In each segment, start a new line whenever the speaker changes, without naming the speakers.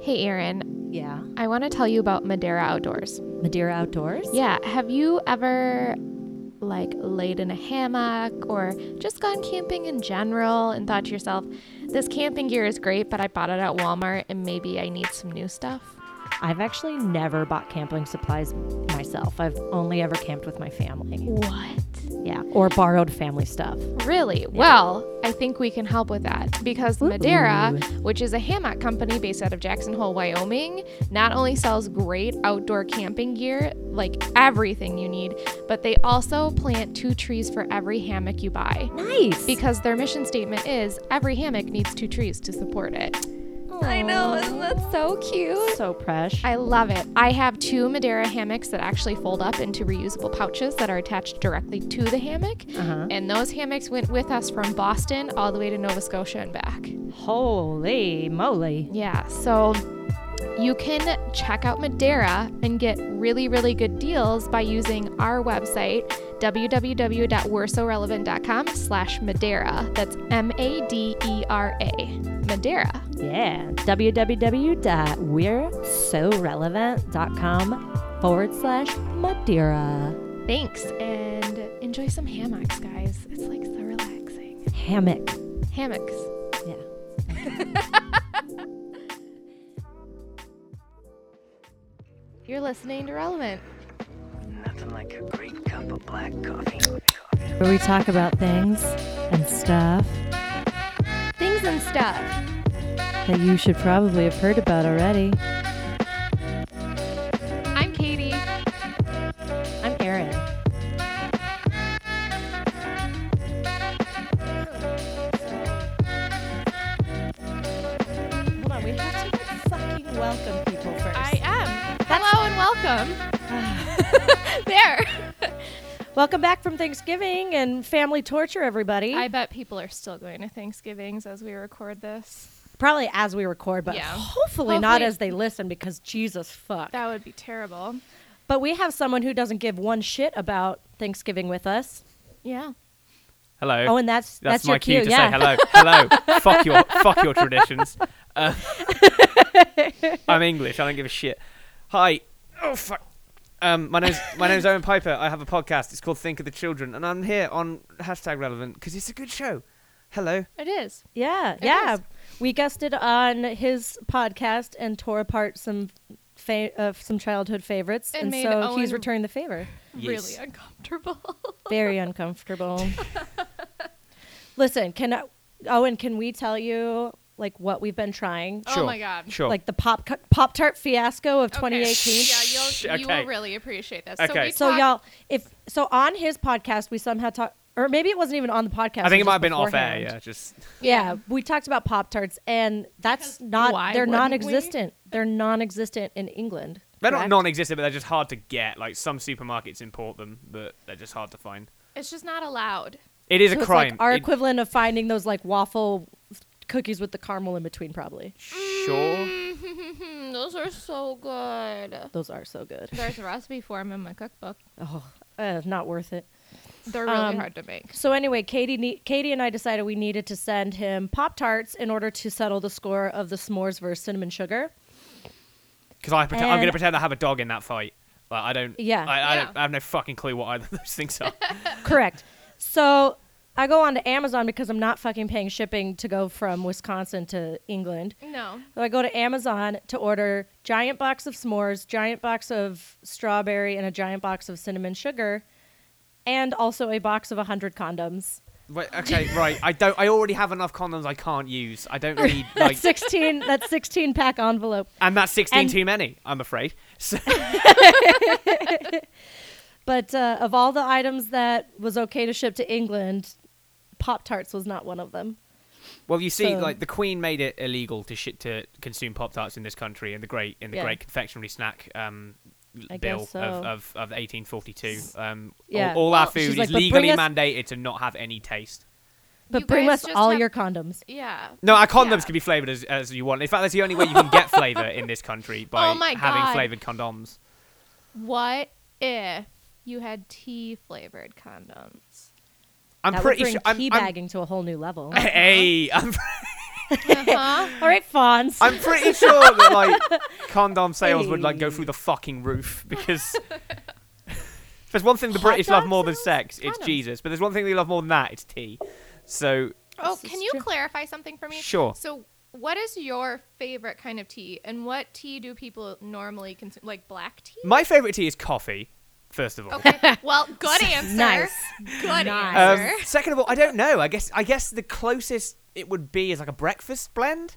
Hey, Erin,
Yeah.
I want to tell you about Madeira Outdoors.
Madeira Outdoors?
Yeah, have you ever like laid in a hammock or just gone camping in general and thought to yourself, this camping gear is great, but I bought it at Walmart and maybe I need some new stuff?
I've actually never bought camping supplies myself. I've only ever camped with my family.
What?
Yeah. Or borrowed family stuff.
Really? Well, I think we can help with that because Madeira, which is a hammock company based out of Jackson Hole, Wyoming, not only sells great outdoor camping gear, like everything you need, but they also plant two trees for every hammock you buy.
Nice.
Because their mission statement is every hammock needs two trees to support it. I know, isn't that so cute?
so fresh.
I love it. I have two Madeira hammocks that actually fold up into reusable pouches that are attached directly to the hammock.
Uh-huh.
And those hammocks went with us from Boston all the way to Nova Scotia and back.
Holy moly.
Yeah, so you can check out Madeira and get really, really good deals by using our website, www.we'resorelevant.com slash Madeira. That's E M-A-D-E-R-A, Madeira.
Yeah. www.we'resorelevant.com forward slash Madeira.
Thanks, and enjoy some hammocks, guys. It's like so relaxing.
Hammock.
Hammocks.
Yeah.
You're listening to Relevant.
Nothing like a great cup of black coffee.
Where we talk about things and stuff
Things and stuff.
that you should probably have heard about already.
I'm Katie.
I'm Erin. Hold on, we have to like fucking welcome people first.
am. Ah. Hello and welcome. there.
welcome back from Thanksgiving and family torture, everybody.
I bet people are still going to Thanksgivings as we record this.
Probably as we record, but
Yeah.
hopefully, not
Hopefully-
as they listen because Jesus fuck.
That would be terrible.
but we have someone who doesn't give one shit about Thanksgiving with us.
Yeah.
Hello.
Oh, and that's that's,
that's,
your
my cue to
yeah.
say hello. Hello. fuck your fuck your traditions. Uh, I'm English. I don't give a shit. Hi. Oh fuck. Um, my name's my name's Owen Piper. I have a podcast. It's called Think of the Children, and I'm here on hashtag Relevant because it's a good show. Hello.
It is.
Yeah, yeah.
is.
We guested on his podcast and tore apart some fa- uh, some childhood favorites,
And
and,
made
so he's
Owen-
returned the favor.
Yes.
Really uncomfortable.
Very uncomfortable. Listen, can I, Owen? Can we tell you like what we've been trying?
Oh
Sure.
my God.
Sure.
Like the pop pop tart fiasco of 2018.
Yeah, you'll, you
Okay.
will really appreciate this. So,
Okay.
we
So
talked-
y'all, if so, on his podcast we somehow talked, or maybe it wasn't even on the podcast.
I think
was
it
just
might have been off air.
beforehand.
Yeah. Just
Yeah, we talked about Pop Tarts, and that's
Because why
not, they're
wouldn't we?
non existent. They're non existent in England.
they're
correct?
not non-existent, but they're just hard to get. Like some supermarkets import them, but they're just hard to find.
it's just not allowed.
It is
So
a
it's
crime.
like our
It-
equivalent of finding those like waffle cookies with the caramel in between, probably.
sure.
Those are so good.
Those are so good.
There's a recipe for them in my cookbook.
Oh, uh, not worth it.
They're really
Um,
hard to make.
So anyway, Katie, ne- Katie and I decided we needed to send him Pop Tarts in order to settle the score of the s'mores versus cinnamon sugar.
Because I pretend, I'm going
And-
to pretend I have a dog in that fight. Like I don't.
Um, Yeah.
I, I,
Yeah.
Don't, I have no fucking clue what either of those things are.
Correct. So I go on to Amazon because I'm not fucking paying shipping to go from Wisconsin to England.
No.
So I go to Amazon to order giant box of s'mores, giant box of strawberry, and a giant box of cinnamon sugar, and also a box of 100 condoms.
Wait, okay, right. I don't. I already have enough condoms I can't use. I don't need like.
16, that 16 pack envelope.
And that's 16
and-
too many. I'm afraid. So,
But uh, of all the items that was okay to ship to England, Pop Tarts was not one of them.
well, you see,
So-
like the Queen made it illegal to shit to consume Pop Tarts in this country in the great in the
Yeah.
great confectionery snack um,
I
bill
guess so.
of, of, of 1842. Um,
Yeah.
all, all our
Well, she's
food
like,
is
"But bring
legally
us-
mandated to not have any taste.
But
You
bring
guys
us
just
all
have-
your condoms.
Yeah.
No, our condoms
Yeah.
can be flavored as, as you want. In fact, that's the only way you can get flavor in this country by
Oh my God.
having flavored condoms.
What if you had tea flavored condoms?
I'm
that
pretty
would bring
sure. I'm, I'm-
keybagging to a whole new level.
hey, I'm,
Uh-huh.
All right, Fonz.
I'm pretty sure that like condom sales would like go
Hey.
through the fucking roof because if there's one thing the British love more than sex, it's
Condoms.
Jesus. But there's one thing they love more than that, it's tea. So
Oh,
This
can
is
you
true.
clarify something for me?
Sure.
So, what is your favorite kind of tea, and what tea do people normally consume? Like black tea?
my favorite tea is coffee. First of all.
Okay. Well, good answer.
Nice.
Good
Nice.
Um,
answer.
second of all, I don't know. I guess I guess the closest it would be is like a breakfast blend.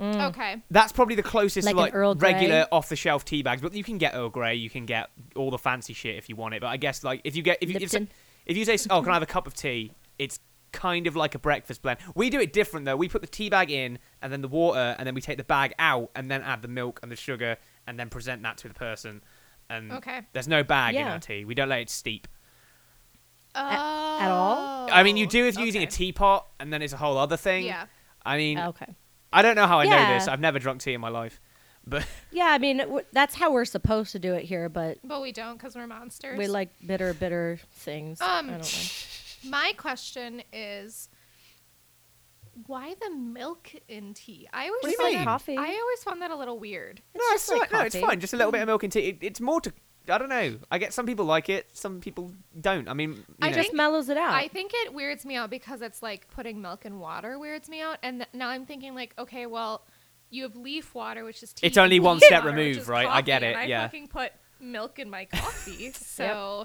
Mm.
okay.
That's probably the closest
Like
to
an
like
Earl Grey?
regular off the shelf tea bags. But you can get Earl Grey, you can get all the fancy shit if you want it. But I guess like if you get if you if,
Lipton.
if you say oh can I have a cup of tea, it's kind of like a breakfast blend. We do it different though. We put the tea bag in and then the water and then we take the bag out and then add the milk and the sugar and then present that to the person. And
Okay.
there's no bag in
Yeah.
our tea. We don't let it steep.
at
all?
I mean, you do if you're using a
Oh, okay.
teapot, and then it's a whole other thing.
Yeah.
I mean,
okay.
I don't know how I know
Oh. Yeah.
this. I've never drunk tea in my life, but
Yeah, I mean w- that's how we're supposed to do it here, but
But we don't because we're monsters.
we like bitter, bitter things. I
Um,
don't know.
My question is why the milk in tea? I always
What do you
found
mean?
that-
Coffee.
I always found that a little weird.
no,
just Mm.
it's,
like
fine. no, it's
coffee.
fine. Just a little bit of milk and tea. It, it's more to. I don't know. I get some people like it, some people don't. I mean, you
I
know.
It just
think-
mellows it out.
I think it weirds me out because it's like putting milk in water weirds me out. And th- now I'm thinking like, okay, well, you have leaf water, which is tea.
It's only
and
one
leaf
step
water, which
removed,
is
right? I get
coffee,
it,
and
yeah.
I fucking put milk in my coffee, so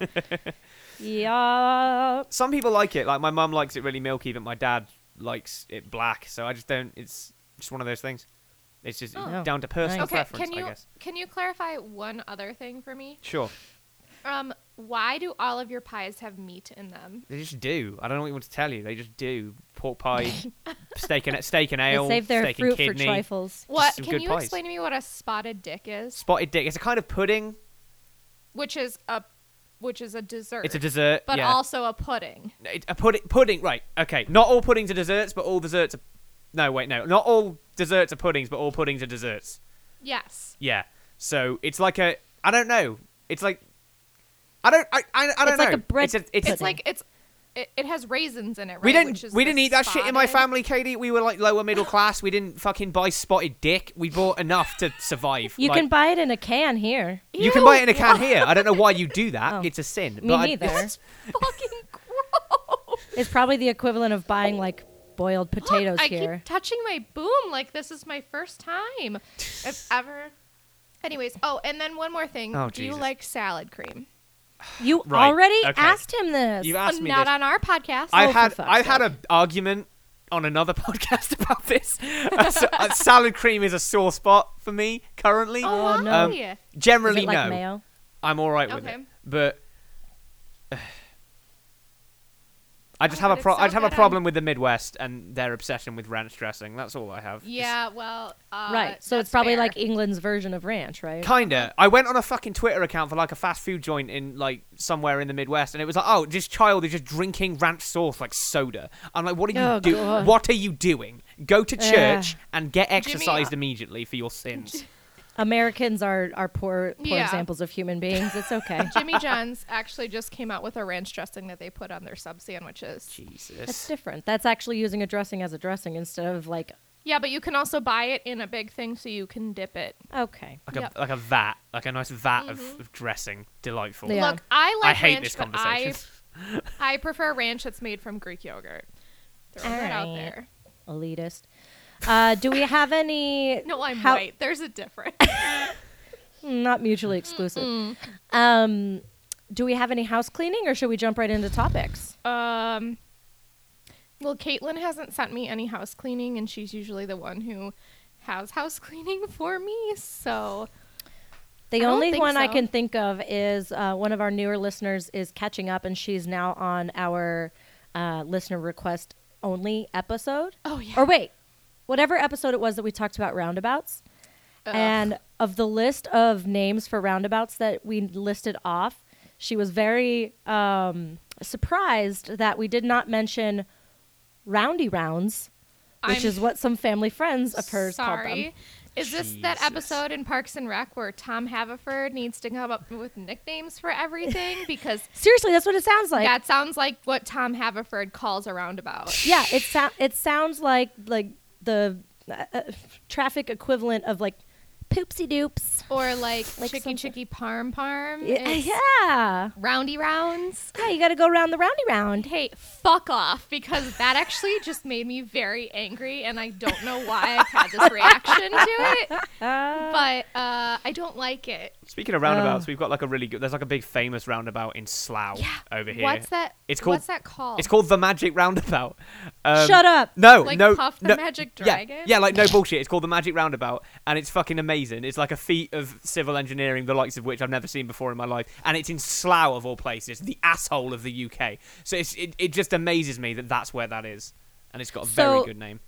yeah.
some people like it. Like my mum likes it really milky, but my dad likes it black. So I just don't. It's just one of those things. It's just
Oh.
down to personal
Nice.
okay.
preference,
Can you
I guess.
can you clarify one other thing for me?
Sure.
Um, why do all of your pies have meat in them?
They just do. I don't know what you want to tell you. They just do. Pork pie, steak and steak and ale,
They save their
steak
fruit
and
for
kidney.
trifles.
What
some
can
good
you
pies.
explain to me what a spotted dick is?
Spotted dick. It's a kind of pudding.
Which is a which is a dessert.
It's a dessert.
but
yeah.
also a pudding.
It- a pudding. Pudding. Right. Okay. Not all puddings are desserts, but all desserts are. No, wait, no. Not all desserts are puddings, but all puddings are desserts.
Yes.
Yeah. So it's like a. I don't know. It's like. I don't. I. I, I don't
It's
know.
like a bread
It's, a, it's,
It's like it's it, it has raisins in it, right?
we
Which is
didn't. We
the
didn't eat that shit in my
spotted-
family, Katie. We were like lower middle class. We didn't fucking buy spotted dick. We bought enough to survive.
You
like-
can buy it in a can here.
You can buy it in a can here. I don't know why you do that.
Oh.
It's a sin.
Me
but I-
neither.
Fucking gross.
It's probably the equivalent of buying like boiled potatoes
I
here.
keep touching my boom like this is my first time if ever. Anyways, oh, and then one more thing.
Oh,
Do you
Jesus.
like salad cream?
You
Right,
already
okay.
asked him this.
You
Uh,
asked me
Not
this.
on our podcast.
I
Oh, for
had
fuck's
I had an argument on another podcast about this. Uh, so- uh, salad cream is a sore spot for me currently.
Oh,
Oh, no.
why?
Um,
Is it
Generally,
like
no.
mayo?
I'm all right with
Okay.
it, but I just
Oh,
have
but
a
it's
pro- I
so
just have a
good on-
problem with the Midwest and their obsession with ranch dressing. That's all I have. Just-
Yeah, well, uh,
right. So
that's
it's probably
fair.
like England's version of ranch, right?
Kinda. I went on a fucking Twitter account for like a fast food joint in like somewhere in the Midwest, and it was like, oh, this child is just drinking ranch sauce like soda. I'm like, what are you
Oh,
do?
God.
What are you doing? Go to church
Ugh.
and get exercised
uh,
immediately for your sins.
Americans are are poor poor
Yeah.
examples of human beings. It's okay.
Jimmy John's actually just came out with a ranch dressing that they put on their sub sandwiches.
That's
Jesus.
different. That's actually using a dressing as a dressing instead of like
Yeah, but you can also buy it in a big thing so you can dip it.
okay.
Like a
Yep.
like a vat, like a nice vat of, of dressing. Delightful.
Mm-hmm. Yeah.
Look, I like
I hate
ranch,
this
but
conversation.
I, I prefer ranch that's made from Greek yogurt. Throw that out
Alright.
there.
Elitist. Uh, do we have any?
No, I'm
how-
white. There's a difference.
Not mutually exclusive. Um, do we have any house cleaning, or should we jump right into topics?
um, well, Caitlin hasn't sent me any house cleaning, and she's usually the one who has house cleaning for me. So
The
don't
only
think
one I
so.
can think of is uh, one of our newer listeners is catching up, and she's now on our uh, listener request only episode.
Oh, yeah.
Or wait, whatever episode it was that we talked about roundabouts. And of the list of names for roundabouts that we listed off, she was very um, surprised that we did not mention roundy rounds, which
I'm-
is what some family friends of hers called them.
Sorry. Is this that
Jesus.
episode in Parks and Rec where Tom Haverford needs to come up with nicknames for everything? Because
Seriously, that's what it sounds like.
that sounds like what Tom Haverford calls a roundabout.
yeah, it sounds it sounds like like the uh, uh, traffic equivalent of like poopsie doops.
Or like, chicky
Like something-
chicky parm parm.
Yeah,
It's
yeah,
Roundy rounds.
yeah. You got to go round the roundy round.
Hey, fuck off because that actually just made me very angry and I don't know why I've had this reaction to it,
Uh,
but uh, I don't like it.
Speaking of roundabouts, we've got like a really good. There's like a big famous roundabout in Slough over here.
What's that?
It's called.
What's that called?
It's called the Magic Roundabout. Um,
Shut up.
No,
Like
no,
Puff the
no-
Magic
yeah,
Dragon?
Yeah, like no bullshit. It's called the Magic Roundabout, and it's fucking amazing. It's like a feat of civil engineering, the likes of which I've never seen before in my life, and it's in Slough of all places, the asshole of the UK. So it's, it it just amazes me that that's where that is, and it's got a very
So-
good name.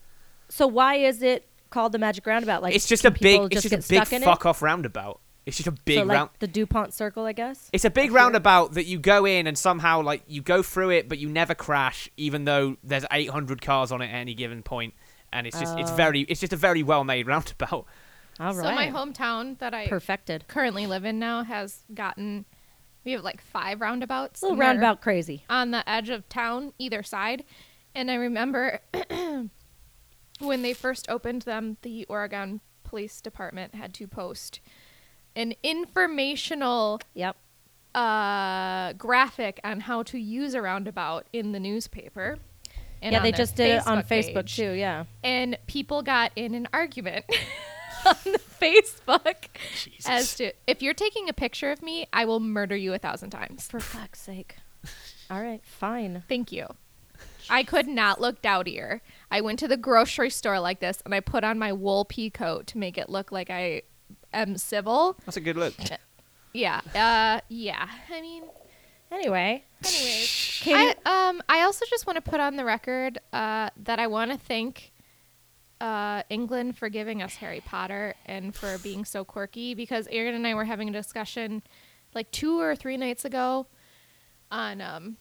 So why is it called the magic roundabout? Like
It's just a
can
big,
people
it's
just
just a
get
big
stuck in
fuck
it?
off roundabout. It's just a big
so like
round.
the Dupont Circle, I guess.
It's a big roundabout that you go in and somehow like you go through it, but you never crash, even though there's 800 cars on it at any given point, and it's just it's very it's just a very well made roundabout.
All
so
right.
my hometown that I
perfected.
currently live in now has gotten we have like five roundabouts.
Little
and they're
roundabout crazy.
on the edge of town either side. And I remember when they first opened them, the Oregon Police Department had to post an informational
Yep.
uh, graphic on how to use a roundabout in the newspaper. And
yeah,
on
they
their
just did it on Facebook
page.
too. Yeah.
And people got in an argument on the Facebook
Jesus.
as to if you're taking a picture of me, I will murder you a thousand times.
For fuck's sake. All right, fine.
Thank you. I could not look dowdier. I went to the grocery store like this and I put on my wool pea coat to make it look like I am civil.
That's a good look.
Yeah. Uh, yeah. I mean,
Anyway,
anyways.
Katie,
I, um, I also just want to put on the record uh, that I want to thank uh, England for giving us Harry Potter and for being so quirky because Aaron and I were having a discussion like two or three nights ago on um,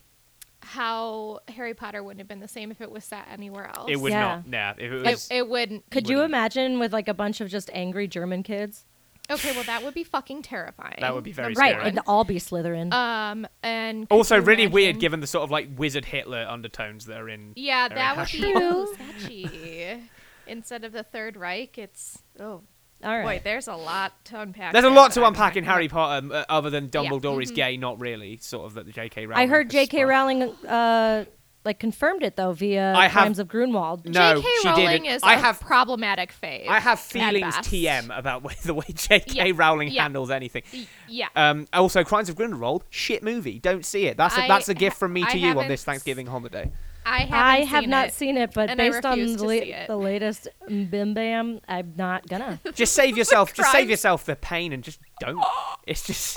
how Harry Potter wouldn't have been the same if it was set anywhere else.
It would
Yeah.
not. Nah, if it
It,
was.
it wouldn't.
could you
wouldn't.
imagine with like a bunch of just angry German kids?
Okay, well, that would be fucking terrifying.
that would be very
Right,
scary.
and all be Slytherin.
Um, and could
also,
you
really weird
imagine-
given the sort of like wizard Hitler undertones that are in.
Yeah,
Very
that would be
casual.
sketchy. Instead of the Third Reich, it's oh
all
boy,
right.
there's a lot to unpack.
There's a
there,
lot
but
to
I
unpack
don't
in
know.
Harry Potter, uh, other than
Yeah. Mm-hmm.
Dumbledore is gay, not really. Sort of that the J.K. Rowling.
I heard
has
J.K.
spun.
Rowling uh, like confirmed it though via
I have-
Crimes of Grunwald.
No,
J.K.
she
Rowling
didn't.
is
I
a
have-
problematic phase.
I have
at
feelings
best.
TM about way, the way J.K.
Yeah,
Rowling
yeah.
handles anything.
Y- Yeah.
Um, also, Crimes of Grindelwald, shit movie. Don't see it. That's a,
I
that's a
ha-
gift from me
I
to you on
haven't
this Thanksgiving holiday.
I haven't
I have
seen
not
it.
seen it, but
and I
based on
refuse
the,
to
la-
see it.
the latest Bim Bam, I'm not gonna.
Just save yourself. just save
Crimes-
yourself the pain and just don't. It's just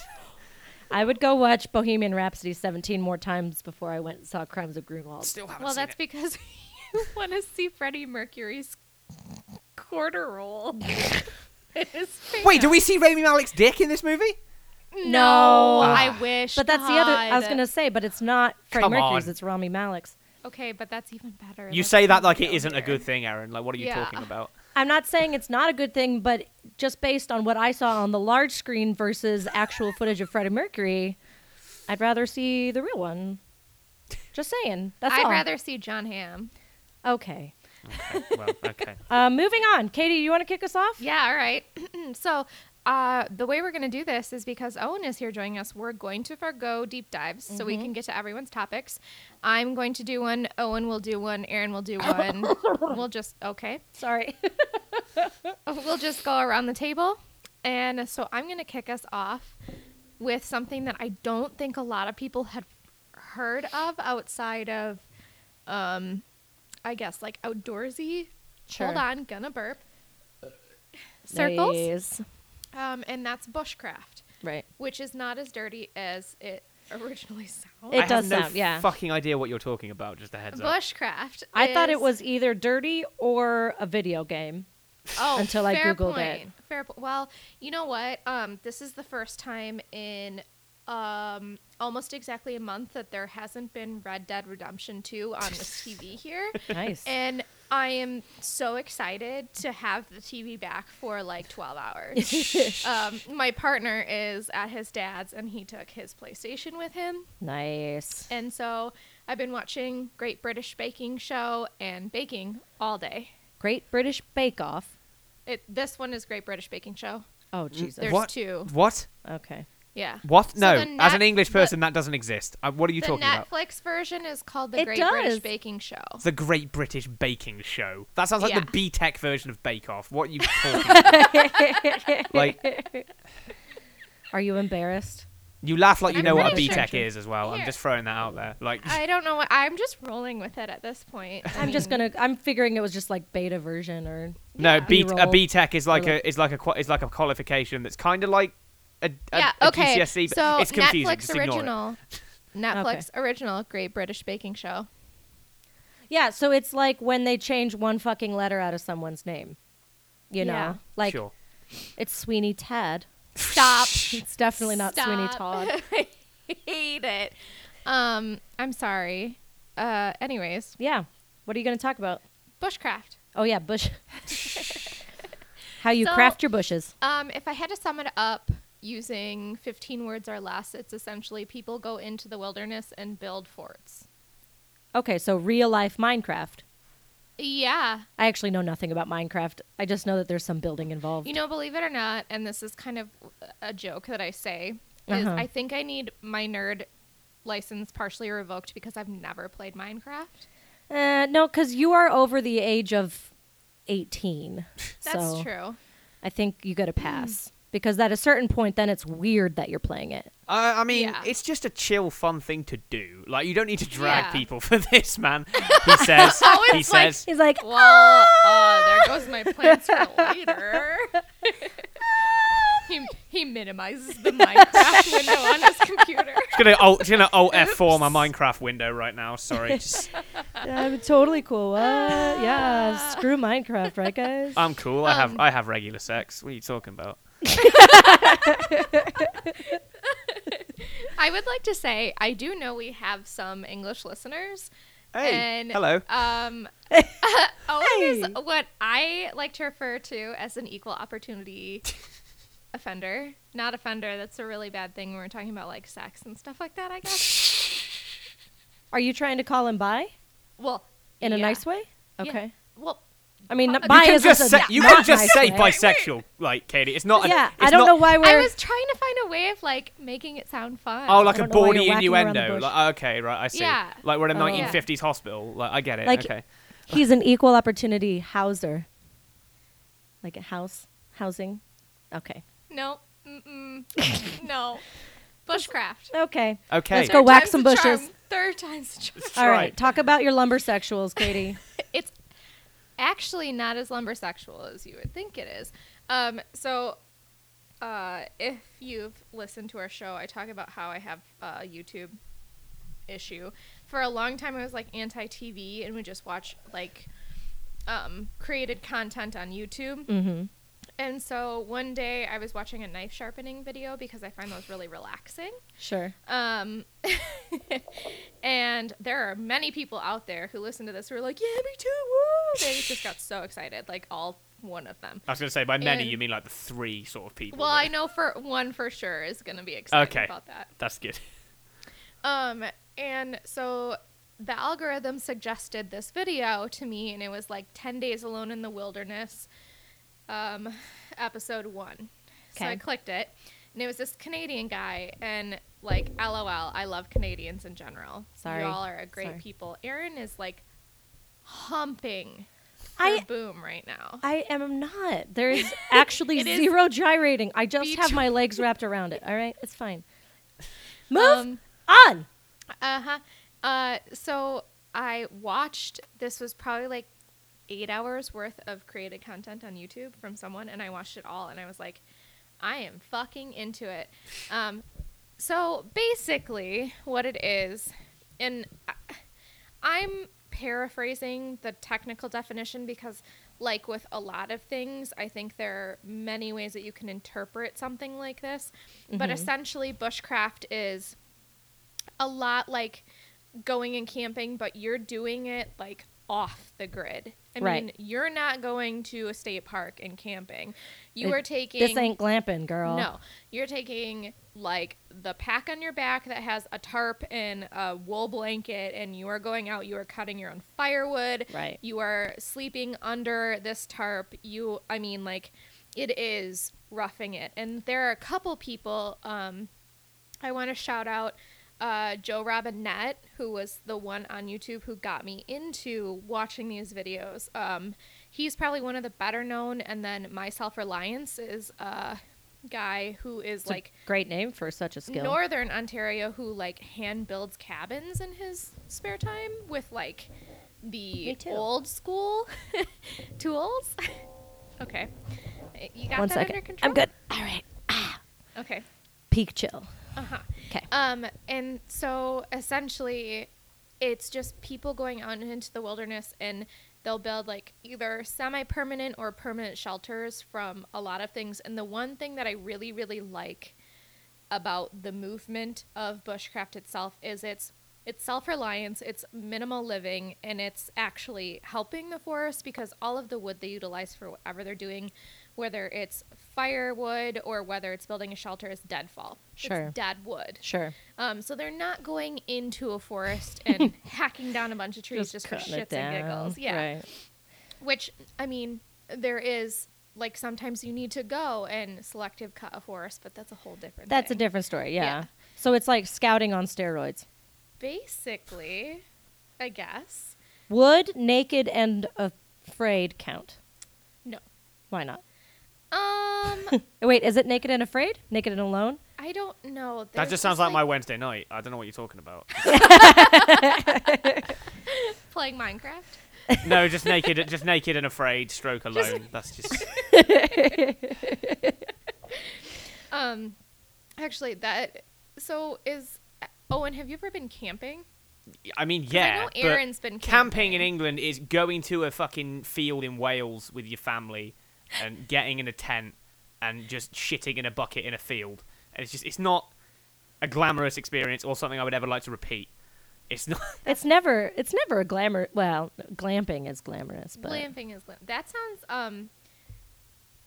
I would go watch Bohemian Rhapsody 17 more times before I went and saw Crimes of Grunwald.
still haven't
Well,
seen
that's
it.
because you want to see Freddie Mercury's quarter roll. in his
Wait,
pants.
do we see Rami Malek's dick in this movie?
No,
No.
I
Ah.
wish.
But that's the other. I was
God.
gonna say, but it's not Freddie
Come
Mercury's.
on.
It's Rami Malek's.
Okay, but that's even better.
You
Let's
say that
not
like
go
it isn't a
here.
good thing, Aaron. Like, what are you
Yeah.
talking about?
I'm not saying it's not a good thing, but just based on what I saw on the large screen versus actual footage of Freddie Mercury, I'd rather see the real one. Just saying. That's
I'd
all.
rather see John Hamm.
Okay.
Okay, well, okay.
Uh, moving on. Katie, you want to kick us off?
Yeah, all right. so, uh, the way we're going to do this is because Owen is here joining us, we're going to forgo deep dives so we can get to everyone's topics. I'm going to do one, Owen will do one, Aaron will do one. we'll just, okay.
Sorry.
We'll just go around the table. And so, I'm going to kick us off with something that I don't think a lot of people had heard of outside of, um, I guess, like outdoorsy. Hold
Sure.
on, gonna burp. Circles.
Nice.
Um, and that's bushcraft,
Right.
which is not as dirty as it originally sounds.
It
I
does
have no
sound- yeah.
Fucking idea what you're talking about. Just a heads up.
bushcraft.
I thought it
is-
was either dirty or a video game.
oh,
until I
fair
Googled
point.
it.
Fair. Po- well, you know what? Um, this is the first time in um almost exactly a month that there hasn't been Red Dead Redemption 2 on this TV here.
Nice.
And I am so excited to have the TV back for like 12 hours. um, my partner is at his dad's and he took his PlayStation with him.
nice.
And so I've been watching Great British Baking Show and baking all day.
Great British Bake Off.
It, this one is Great British Baking Show.
Oh Jesus.
Mm, There's
Mm, what?
two.
What?
Okay.
Yeah.
What?
So
no.
the
As
Net-
an English
the-
person, that doesn't exist. Uh, what are you
The
talking about?
Netflix version is called The
It
Great
does.
British Baking Show.
The Great British Baking Show. That sounds like
Yeah.
the B Tech version of Bake Off. What are you talking about? like,
Are you embarrassed?
you laugh like you
I'm
know what a
pretty
B
sure-
Tech is as well. I'm
Here.
just throwing that out there. Like,
I don't know. What, I'm just rolling with it at this point. I
I'm just
mean,
gonna. I'm figuring it was just like beta version or.
no, B a
B-roll.
B Tech is like
Or
a is like a qua- is like a qualification that's kind of like a, a,
Yeah.
a
okay.
GCSE, E, but
so
it's confusing.
Netflix
just ignore it.
original. Netflix original Great British Baking Show.
Yeah. So it's like when they change one fucking letter out of someone's name. You know,
Yeah.
like
sure.
it's Sweeney Ted.
Stop.
It's definitely not Sweeney
Stop.
Todd.
I hate it. Um, I'm sorry. Uh, anyways,
Yeah. What are you gonna talk about?
bushcraft.
Oh yeah, bush. How you
So-
craft your bushes?
Um, if I had to sum it up using 15 words or less, it's essentially people go into the wilderness and build forts.
Okay, so real life Minecraft.
Yeah.
I actually know nothing about Minecraft. I just know that there's some building involved.
You know, believe it or not, and this is kind of a joke that I say, is
Uh-huh.
I think I need my nerd license partially revoked because I've never played Minecraft.
Uh, no, because you are over the age of 18.
That's
so
true.
I think you get a pass because at a certain point, then it's weird that you're playing it.
Uh, I mean,
Yeah.
it's just a chill, fun thing to do. Like, you don't need to drag
Yeah.
people for this, man. He says. he
it's like-
says.
He's like,
Well, uh, there goes my plans for later. he, he minimizes the Minecraft window on his computer.
It's gonna alt, it's gonna alt F4 my Minecraft window right now. Sorry, Just-
I'm totally cool. What? yeah, screw Minecraft, right, guys?
I'm cool. I
Um,
have I have regular sex. What are you talking about?
I would like to say I do know we have some English listeners.
Hey,
and,
hello.
Um, Owen is
Hey.
what I like to refer to as an equal opportunity offender. Not offender. That's a really bad thing when we're talking about like sex and stuff like that. I guess.
Are you trying to call him by
Well,
in a
yeah.
nice way?
Yeah.
Okay.
Well,
I mean,
You
by
you can
is
just
also
say,
not
you can just
nice
say
way.
bisexual, like Katie. It's not.
Yeah,
an, it's
I don't
not,
know why we're.
I was trying to find a way of like making it sound fun.
Oh, like
I
a
don't know why you're whacking
bawdy
around the
innuendo.
bush.
Like, okay, right. I see.
Yeah.
Like we're in a
Oh.
1950s hospital. Like I get it.
Like-
okay.
He's an equal opportunity houser. Like a house, housing. Okay.
no, mm-mm, no, bushcraft.
Okay.
Okay.
Let's go whack
Time's
some
the
bushes.
charm. Third time's the charm.
All
right.
right. Talk about your lumber sexuals, Katie.
it's actually not as lumbersexual as you would think it is. Um, so, uh, if you've listened to our show, I talk about how I have a YouTube issue. For a long time, I was like anti TV and would just watch like um, created content on YouTube.
mm-hmm.
And so one day I was watching a knife sharpening video because I find those really relaxing.
Sure.
Um, and there are many people out there who listen to this who are like, yeah, me too, woo! They just got so excited, like all one of them.
I was gonna say by many
And-
you mean like the three sort of people.
Well,
but-
I know for one for sure is going to be excited
Okay.
about that.
That's good.
Um, and so the algorithm suggested this video to me, and it was like 10 Days Alone in the Wilderness, um, episode one. So I
Okay.
clicked it, and it was this Canadian guy, and like, lol, I love Canadians in general.
Sorry.
You all are a great
Sorry.
people. Aaron is like humping. for
I-
boom right now.
I am not. There is actually
It is
zero gyrating. I just
between-
have my legs wrapped around it. All right. It's fine. Move
Um,
on.
Uh-huh. Uh so I watched this was probably like 8 hours worth of created content on YouTube from someone and I watched it all and I was like I am fucking into it. Um so basically what it is and I- I'm paraphrasing the technical definition because like with a lot of things, I think there are many ways that you can interpret something like this.
Mm-hmm.
But essentially bushcraft is a lot like going and camping, but you're doing it like off the grid. I
Right.
mean, you're not going to a state park and camping. You
It-
are taking
This ain't glamping, girl.
no, you're taking like the pack on your back that has a tarp and a wool blanket, and you are going out. You are cutting your own firewood.
Right.
You are sleeping under this tarp. You, I mean, like, it is roughing it. And there are a couple people. Um, I want to shout out uh, Joe Robinette, who was the one on YouTube who got me into watching these videos. Um, he's probably one of the better known. And then My Self Reliance is a guy who is
It's
like
a great name for such a skill.
northern Ontario who like hand builds cabins in his spare time with like the
too.
old school tools. okay. You got
One
that
second.
under control?
I'm good. All right.
Okay.
Peak chill.
Uh-huh.
'Kay.
Um, and so essentially, it's just people going out into the wilderness and they'll build like either semi permanent or permanent shelters from a lot of things. And the one thing that I really, really like about the movement of bushcraft itself is it's it's self-reliance, it's minimal living, and it's actually helping the forest because all of the wood they utilize for whatever they're doing, whether it's firewood or whether it's building a shelter, is deadfall.
Sure.
It's dead wood.
Sure.
Um, so they're not going into a forest and hacking down a bunch of trees just, for
cutting it
shits and giggles.
down.
Yeah.
Right.
Which, I mean, there is like sometimes you need to go and selective cut a forest, but that's a whole different
That's a
thing.
different story. Yeah.
Yeah.
So it's like scouting on steroids.
Basically, I guess.
Would naked and afraid count?
No.
Why not?
Um,
Wait, is it naked and afraid? Naked and alone?
I don't know.
That
There's
just sounds like, my Wednesday night. I don't know what you're talking about.
playing Minecraft.
no, just naked, just naked and afraid. Stroke alone. That's just.
Um, actually, that so is Owen. Have you ever been camping?
I mean,
'Cause
yeah.
I know Aaron's been
but camping in England is going to a fucking field in Wales with your family and getting in a tent and just shitting in a bucket in a field. And it's just, it's not a glamorous experience or something I would ever like to repeat. It's not.
It's never it's never a glamour well, glamping is glamorous, but
Glamping is glam. That sounds um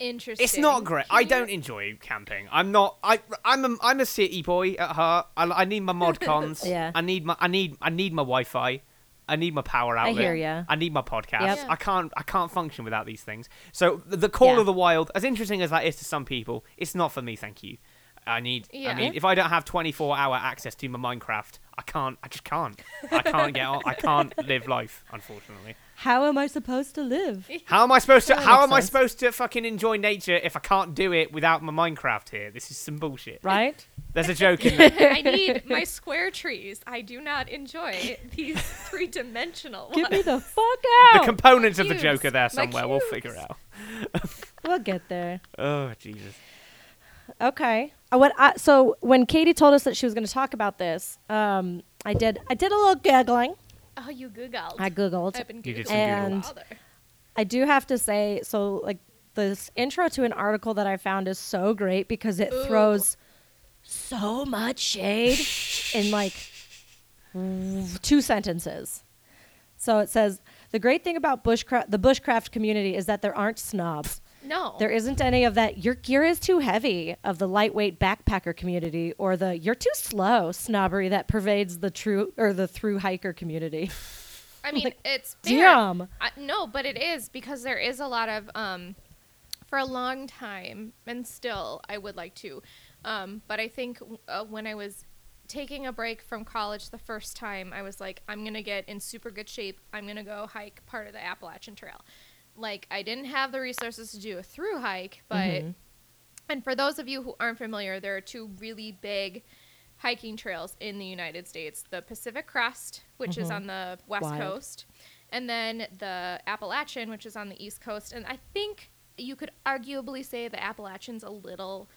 interesting.
It's not great.
Can
I
you-
don't enjoy camping. I'm not. I I'm a, I'm a city boy at heart. I, I need my mod cons.
Yeah.
I need my I need I need my Wi-Fi. I need my power
I
outlet.
hear ya.
I need my podcast.
Yep.
I can't I can't function without these things. So th- the call
Yeah.
of the wild, as interesting as that is to some people, it's not for me. Thank you. I need. I
Yeah.
mean, if I don't have 24 hour access to my Minecraft, I can't. I just can't. I can't get on. I can't live life. Unfortunately.
how am I supposed to live?
How am I supposed to?
That
How
makes
am I
sense.
supposed to fucking enjoy nature if I can't do it without my Minecraft here? This is some bullshit.
Right?
There's a joke in there.
I need my square trees. I do not enjoy these three dimensional ones.
Get me the fuck
the
out.
components of the
cubes.
joke are there
My
somewhere. We'll
cubes.
figure it out.
we'll get there.
Oh Jesus.
Okay. Uh, What I, so when Katie told us that she was going to talk about this, um, I did I did a little googling.
Oh, you googled.
I googled.
I've been
You did
googling
some
And- I do have to say, so like this intro to an article that I found is so great because it
Ooh.
throws so much shade in like two sentences. So it says the great thing about bushcraft, the bushcraft community is that there aren't snobs.
No.
There isn't any of that. Your gear is too heavy of the lightweight backpacker community, or the you're too slow snobbery that pervades the true or the through hiker community.
I mean, it's fair.
Damn.
I, no, but it is because there is a lot of um, for a long time, and still, I would like to. Um, but I think uh, when I was taking a break from college the first time, I was like, I'm gonna get in super good shape. I'm gonna go hike part of the Appalachian Trail. Like, I didn't have the resources to do a through hike, but and for those of you who aren't familiar, there are two really big hiking trails in the United States the Pacific Crest, which is on the West
Mm-hmm. Wild.
Coast, and then the Appalachian, which is on the East Coast. And I think you could arguably say the Appalachian's a little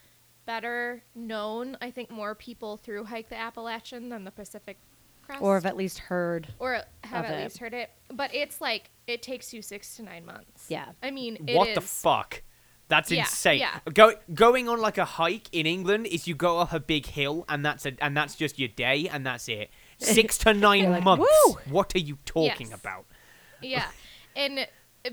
better known. I think more people through hike the Appalachian than the Pacific Crest
Or have at least heard.
or have
of
at
it.
least heard it. But it's like it takes you six to nine months.
Yeah.
I mean, it
What the
is-
fuck? That's
Yeah,
insane.
yeah.
Go, going on like a hike in England is you go up a big hill and that's a, and that's just your day and that's it. Six to nine
like,
months.
"Woo!"
What are you talking
Yes.
about?
Yeah. And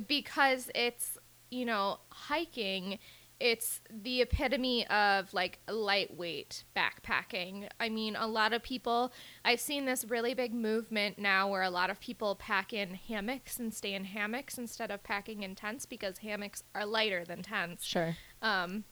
because it's you know hiking it's the epitome of like lightweight backpacking i mean a lot of people i've seen this really big movement now where a lot of people pack in hammocks and stay in hammocks instead of packing in tents because hammocks are lighter than tents
Sure.
um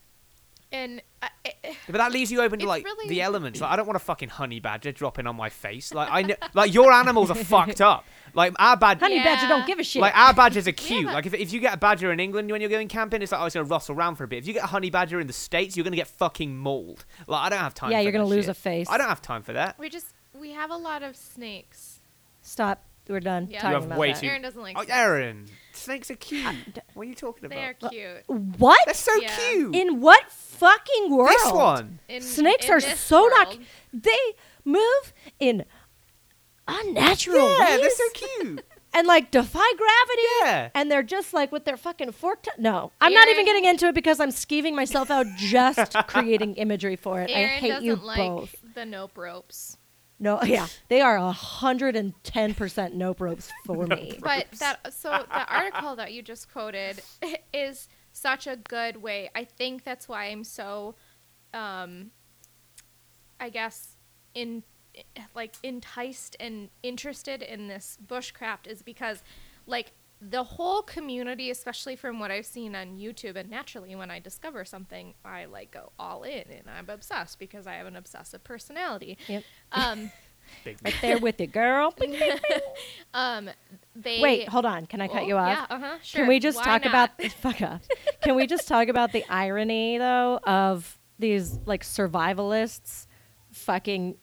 and uh, eh, I, I-
But that leaves you open to
It's
like
really-
the elements. Like I don't want a fucking honey badger dropping on my face. Like I know, like your animals are fucked up. Like our badger,
Honey badger
Yeah.
don't give a shit.
like our badgers are cute.
a-
Like if, if you get a badger in England when you're going camping, it's like oh, it's gonna rustle around for a bit. If you get a honey badger in the states, you're gonna get fucking mauled. Like I don't have time.
Yeah,
for
you're gonna
that
lose
shit.
a face.
I don't have time for that.
we just we have a lot of snakes
Stop. We're done
Yeah.
talking
You have
about
way
that.
too-
Aaron doesn't like
Oh,
snakes.
Aaron, snakes are cute. what are you talking
They are
about?
cute.
They're
What?
so
Yeah.
cute.
In what fucking world?
this one.
In-
Snakes
in
are
this
so not.
world.
They move in unnatural
Yeah, they're
ways
so cute.
and like defy gravity.
Yeah.
And they're just like with their fucking fork. T- no, I'm not even
Aaron-
getting into it because I'm skeeving myself out just creating imagery for it.
Aaron
I hate
doesn't
you
like
both.
the nope ropes.
No, yeah, they are hundred and ten percent nope ropes for me.
But that so the article that you just quoted is such a good way. I think that's why I'm so um I guess in like enticed and interested in this bushcraft is because like the whole community especially from what I've seen on YouTube and naturally when I discover something I like go all in and I'm obsessed because I have an obsessive personality.
Yep.
Um
Big
Right there with it, girl.
um they
Wait, hold on. Can I cut you
Oh,
off?
Yeah, uh-huh, sure.
Can we just
Why
talk
not?
about fuck off? Can we just talk about the irony though of these like survivalists fucking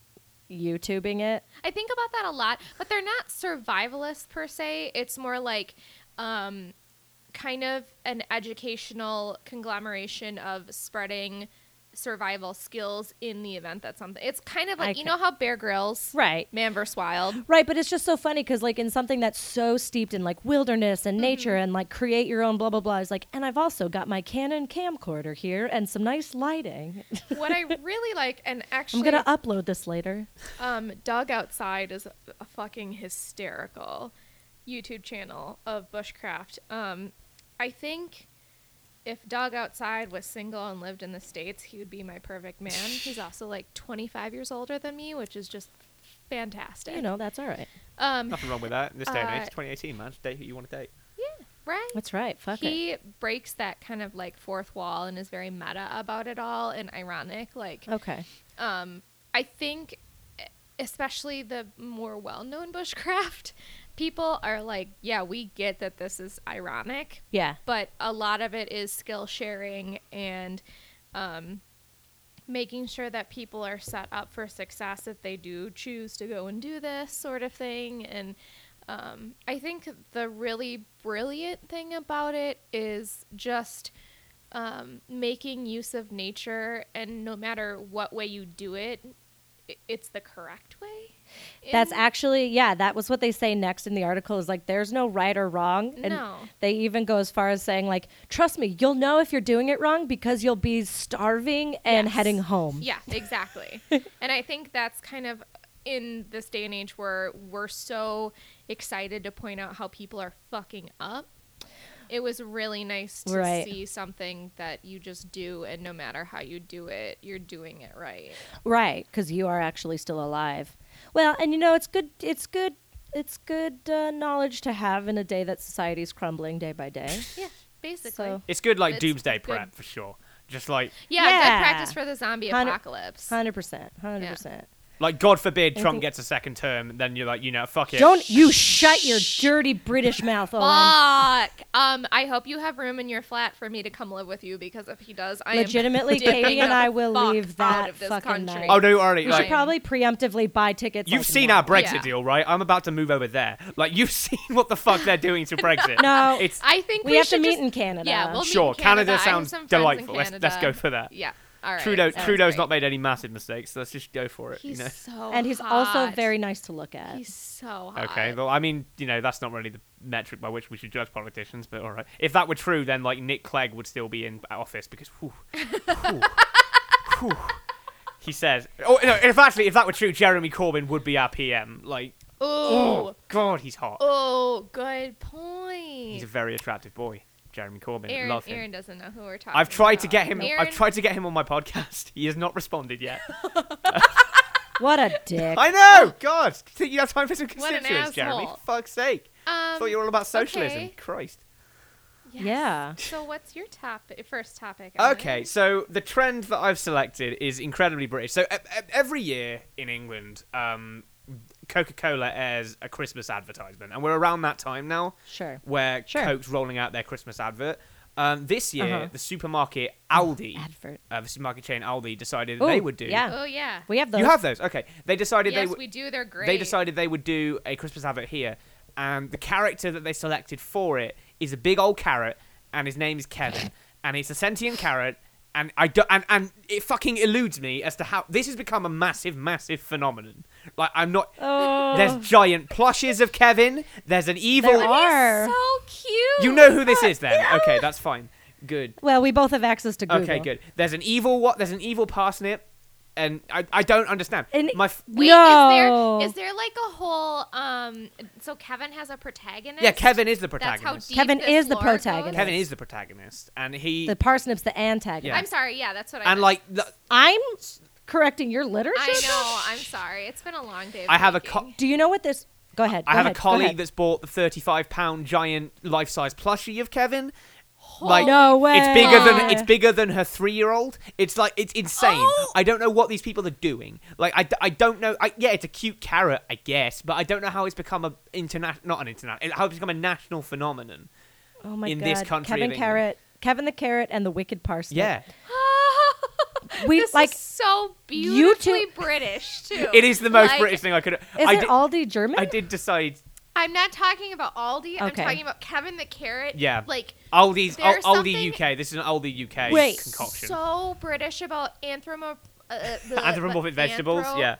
YouTubing it?
I think about that a lot, but they're not survivalists per se. It's more like um, kind of an educational conglomeration of spreading survival skills in the event that something. It's kind of like
I
you
ca-
know how Bear Grylls,
Right.
Man vs. Wild.
Right, but it's just so funny because like in something that's so steeped in like wilderness
Mm-hmm.
and nature and like create your own blah blah blah is like, and I've also got my Canon camcorder here and some nice lighting.
What I really like, and
I'm
actually,
gonna upload this later.
um, Doug outside is a, a fucking hysterical YouTube channel of bushcraft. Um, I think if Doug outside was single and lived in the states, he would be my perfect man. He's also like 25 years older than me, which is just fantastic.
You know, Oh. that's all right.
um,
Nothing wrong with that in this day and age.
Uh,
2018, man. Just Date who you want to date.
right?
That's right. Fuck it.
He breaks that kind of like fourth wall and is very meta about it all and ironic. Like,
Okay.
um, I think, e, especially the more well-known bushcraft people are like, yeah, we get that this is ironic,
Yeah.
but a lot of it is skill sharing and um, making sure that people are set up for success if they do choose to go and do this sort of thing. And um, I think the really brilliant thing about it is just um, making use of nature, and no matter what way you do it, i- it's the correct way.
That's
in-
actually yeah, that was what they say next in the article is like there's no right or wrong. And
No.
they even go as far as saying like, trust me, you'll know if you're doing it wrong because you'll be starving and
Yes.
heading home.
Yeah, exactly. and I think that's kind of in this day and age where we're so excited to point out how people are fucking up. It was really nice to
Right.
see something that you just do, and no matter how you do it, you're doing it right.
Right, cuz you are actually still alive. Well, and you know, it's good it's good it's good uh, knowledge to have in a day that society's crumbling day by day.
Yeah, basically.
So-
It's good, like
It's
doomsday
good.
prep for sure. Just like,
yeah, good
Yeah.
practice for the zombie
Hundred-
apocalypse.
100%. 100%.
like God forbid Trump
think-
gets a second term, then you're like, you know, fuck it.
Don't you shut your dirty British mouth, Owen.
Fuck. Um, I hope you have room in your flat for me to come live with you because if he does, I am
Legitimately,
digging
Katie and
the
I will
fuck
leave
out
that
of this
fucking
country.
night.
Oh, don't worry.
You
Right.
should
Like,
probably preemptively buy tickets.
you've
like
seen
now.
our Brexit
Yeah.
deal, right? I'm about to move over there. Like, you've seen what the fuck they're doing to Brexit.
No.
it's
I think we,
we have to
should
meet
just-
in Canada.
Yeah, we'll meet
sure.
in Canada.
Canada
I have
sounds
some friends in
delightful. Let's- let's
Canada.
go for that.
Yeah. All right.
Trudeau.
sounds
Trudeau's
great.
not made any massive mistakes. So let's just go for it.
He's
you know.
so
and he's also
hot.
very nice to look at.
He's so hot.
Okay, well, I mean, you know, that's not really the metric by which we should judge politicians, but all right. If that were true, then like Nick Clegg would still be in office because whew, whew, whew, he says. Oh no! If actually, if that were true, Jeremy Corbyn would be our PM. Like,
Oh,
Oh God, he's hot.
oh, good
He's
point.
a very attractive boy, Jeremy Corbyn.
Aaron,
Love him.
Aaron doesn't know who we're talking.
I've tried to
about.
get him.
Aaron-
I've tried to get him on my podcast. He has not responded yet.
What a dick.
I know. God, do you think you have time for some
Oh. What an
constituents, Jeremy?
asshole.
Fuck's sake!
Um,
Thought you were all about socialism.
okay.
Christ.
yes.
Yeah.
So what's your topic? First topic. Ellen?
Okay, so the trend that I've selected is incredibly British. So e- e- every year in England, um, Coca Cola airs a Christmas advertisement, and we're around that time now.
Sure.
Where
Sure.
Coke's rolling out their Christmas advert. Um, this year,
Uh-huh.
the supermarket Aldi,
Advert.
uh, the supermarket chain Aldi, decided they
Ooh,
would do.
yeah.
Oh yeah.
We have those.
You have those, okay? They decided they
yes,
would.
we do. They're great.
They decided they would do a Christmas advert here, and the character that they selected for it is a big old carrot, and his name is Kevin, and it's a sentient carrot, and I do, and and it fucking eludes me as to how this has become a massive, massive phenomenon. Like I'm not.
Oh.
There's giant plushes of Kevin. There's an evil.
There are.
So cute.
You know who this is, then? Okay, that's fine. Good.
Well, we both have access to Google.
Okay, good. There's an evil what? There's an evil parsnip, and I, I don't understand.
And-
My f-
Wait,
no.
is there is there like a whole um? So Kevin has a protagonist.
yeah, Kevin is the
That's
protagonist.
how deep
Kevin
this
is the
lore
protagonist.
goes?
Kevin is the protagonist, and he
the parsnip's the antagonist.
Yeah.
I'm sorry. Yeah, that's what I.
and
meant.
like the,
I'm correcting your literature.
I know. I'm sorry. It's been a long day. Of
I have a
thinking.
co-
Do you know what this? Go ahead.
I
go
have a
ahead, go
colleague
ahead.
that's bought the thirty-five pound giant life-size plushie of Kevin. Like
No way.
it's bigger than it's bigger than her three-year-old. It's like it's insane.
Oh.
I don't know what these people are doing. Like I, d- I don't know. I, yeah, it's a cute carrot, I guess, but I don't know how it's become a international, not an international, how it's become a national phenomenon.
oh my
in
God.
this country of
Kevin
England.
Carrot, Kevin the Carrot, and the Wicked Parsnip.
Yeah,
we
Oh, this
like.
is so
you two-
beautifully British too.
it is the most
Like,
British thing I could.
Is
I
it
did,
Aldi German?
I did decide.
I'm not talking about Aldi. I'm
Okay.
talking about Kevin the Carrot.
Yeah.
like
Aldi's Al-
There's
Aldi
something-
UK. This is an Aldi UK
Wait,
concoction.
so British about anthromo. Uh, the,
Anthropomorphic vegetables, yeah.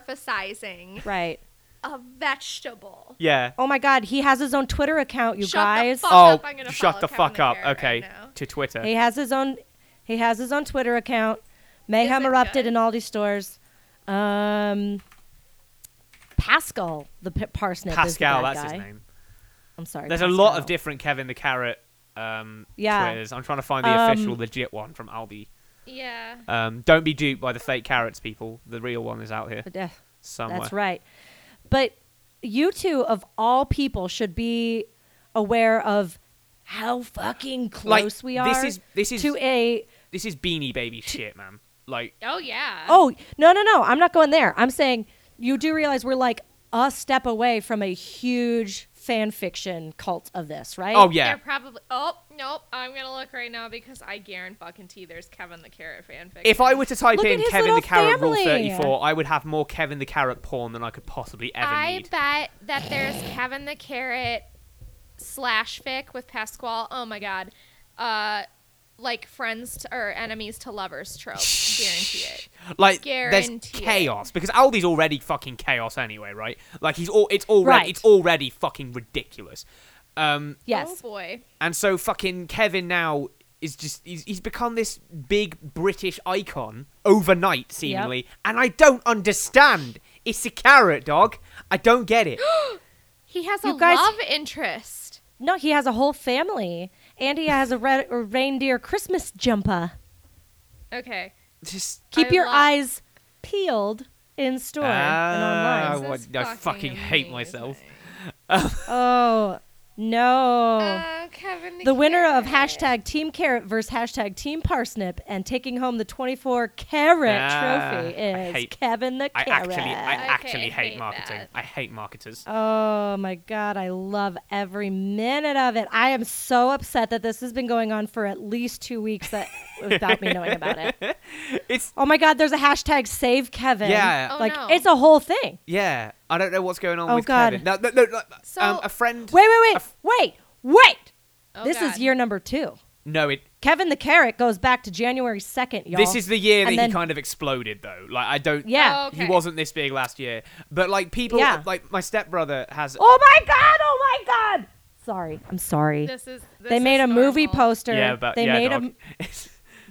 anthropomorphizing
Right.
a vegetable.
yeah.
Oh my God. He has his own Twitter account. You
Shut the
guys.
fuck
oh,
up, I'm gonna
shut
follow
the
Kevin
fuck
the
up.
Carrot
okay,
right now.
to Twitter.
He has his own. He has his own Twitter account. Mayhem
it
erupted
good?
in Aldi stores. Um, Pascal, the p- parsnip. is the
Pascal,
bad
that's his
guy.
name.
I'm sorry.
There's a lot of
Pascal.
different Kevin the Carrot um,
Yeah.
Twitters. I'm trying to find the official,
Um,
legit one from Aldi.
Yeah.
Um, don't be duped by the fake carrots, people. The real one is out here
Yeah,
somewhere.
that's right. But you two, of all people, should be aware of how fucking
Like,
close we are.
This is this is
to a.
this is Beanie Baby shit, man. Like,
Oh yeah.
Oh no no no! I'm not going there. I'm saying you do realize we're like a step away from a huge fan fiction cult of this, right?
oh yeah,
They're probably. Oh nope. I'm gonna look right now because I guarantee fucking tea there's Kevin the Carrot fanfic.
If I were to type
Look at
in
his
Kevin the
little
Carrot Rule
family.
34, I would have more Kevin the Carrot porn than I could possibly ever
I
need.
bet that there's Kevin the Carrot slash fic with Pasquale. Oh my god. Uh, like friends to, or enemies to lovers trope. Guarantee it.
Like, there's
Guarantee it.
chaos because Aldi's already fucking chaos anyway, right? Like, he's all it's already
Right.
it's already fucking ridiculous. Um,
Oh
Yes.
boy.
and so fucking Kevin now is just he's, he's become this big British icon overnight, seemingly, and I don't understand. It's a carrot, dog. I don't get it.
He has
You
a
guys-
love interest.
No, he has a whole family, and he has a, red, a reindeer Christmas jumper.
Okay.
just
Keep
I
your
love-
eyes peeled in store and
Ah,
online.
This
what-
is
I fucking hate
amazing.
myself. Ah.
Oh no.
Uh, Kevin the,
Oh. the winner of
Carrot.
hashtag Team Carrot versus hashtag Team Parsnip and taking home the 24 carat
Ah,
trophy
I
is
hate-
Kevin the
I
Carrot.
actually, I actually
Okay,
hate,
hate
marketing.
that.
I hate marketers.
Oh my God, I love every minute of it. I am so upset that this has been going on for at least two weeks that, without me knowing about it.
It's
Oh my God, there's a hashtag save Kevin.
Yeah. Oh,
like
no.
it's a whole thing.
yeah. I don't know what's going on
Oh,
with
God.
Kevin. No, no, no, no,
So-
um, a friend.
Wait, wait, wait, wait, wait.
Oh,
this is
God.
year number two.
No, it.
Kevin the Carrot goes back to January 2nd, y'all.
This is the year
And
that
then-
he kind of exploded, though. Like I don't.
Yeah.
Oh.
He
Okay.
wasn't this big last year, but like people,
Yeah.
like my stepbrother has.
Oh my God, oh my God. Sorry, I'm sorry.
This is. This
they made
is
a movie
normal.
poster.
yeah, but
they
yeah,
made
dog.
a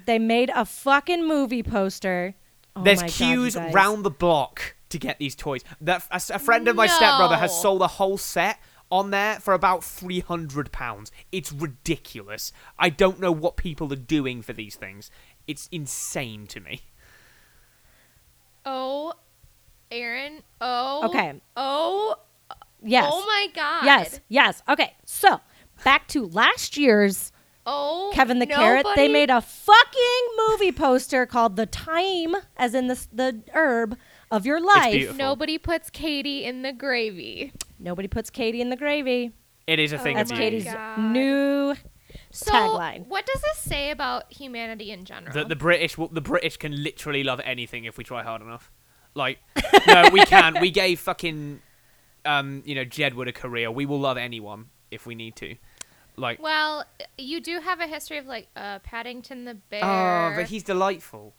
they made a fucking movie poster. Oh
There's
my God, you
queues
guys.
round the block to get these toys. That a, s- a friend of my stepbrother has
No.
sold a whole set on there for about three hundred pounds. It's ridiculous. I don't know what people are doing for these things. It's insane to me.
Oh, Aaron. Oh.
Okay.
Oh.
Yes.
Oh my God.
Yes. Yes. Okay. So back to last year's
Oh.
Kevin the Carrot. They
nobody-
made a fucking movie poster called "The Time," as in the s- the herb of your life.
beautiful.
Nobody puts Katie in the gravy.
Nobody puts Katie in the gravy.
It is a thing.
That's
of
my
beauty.
Katie's
God.
new
So,
tagline.
what does this say about humanity in general?
that the British will- the British can literally love anything if we try hard enough. Like, no, we can. We gave fucking, um, you know, Jedward a career. We will love anyone if we need to. Like,
well, you do have a history of like uh, Paddington the bear.
oh, but he's delightful.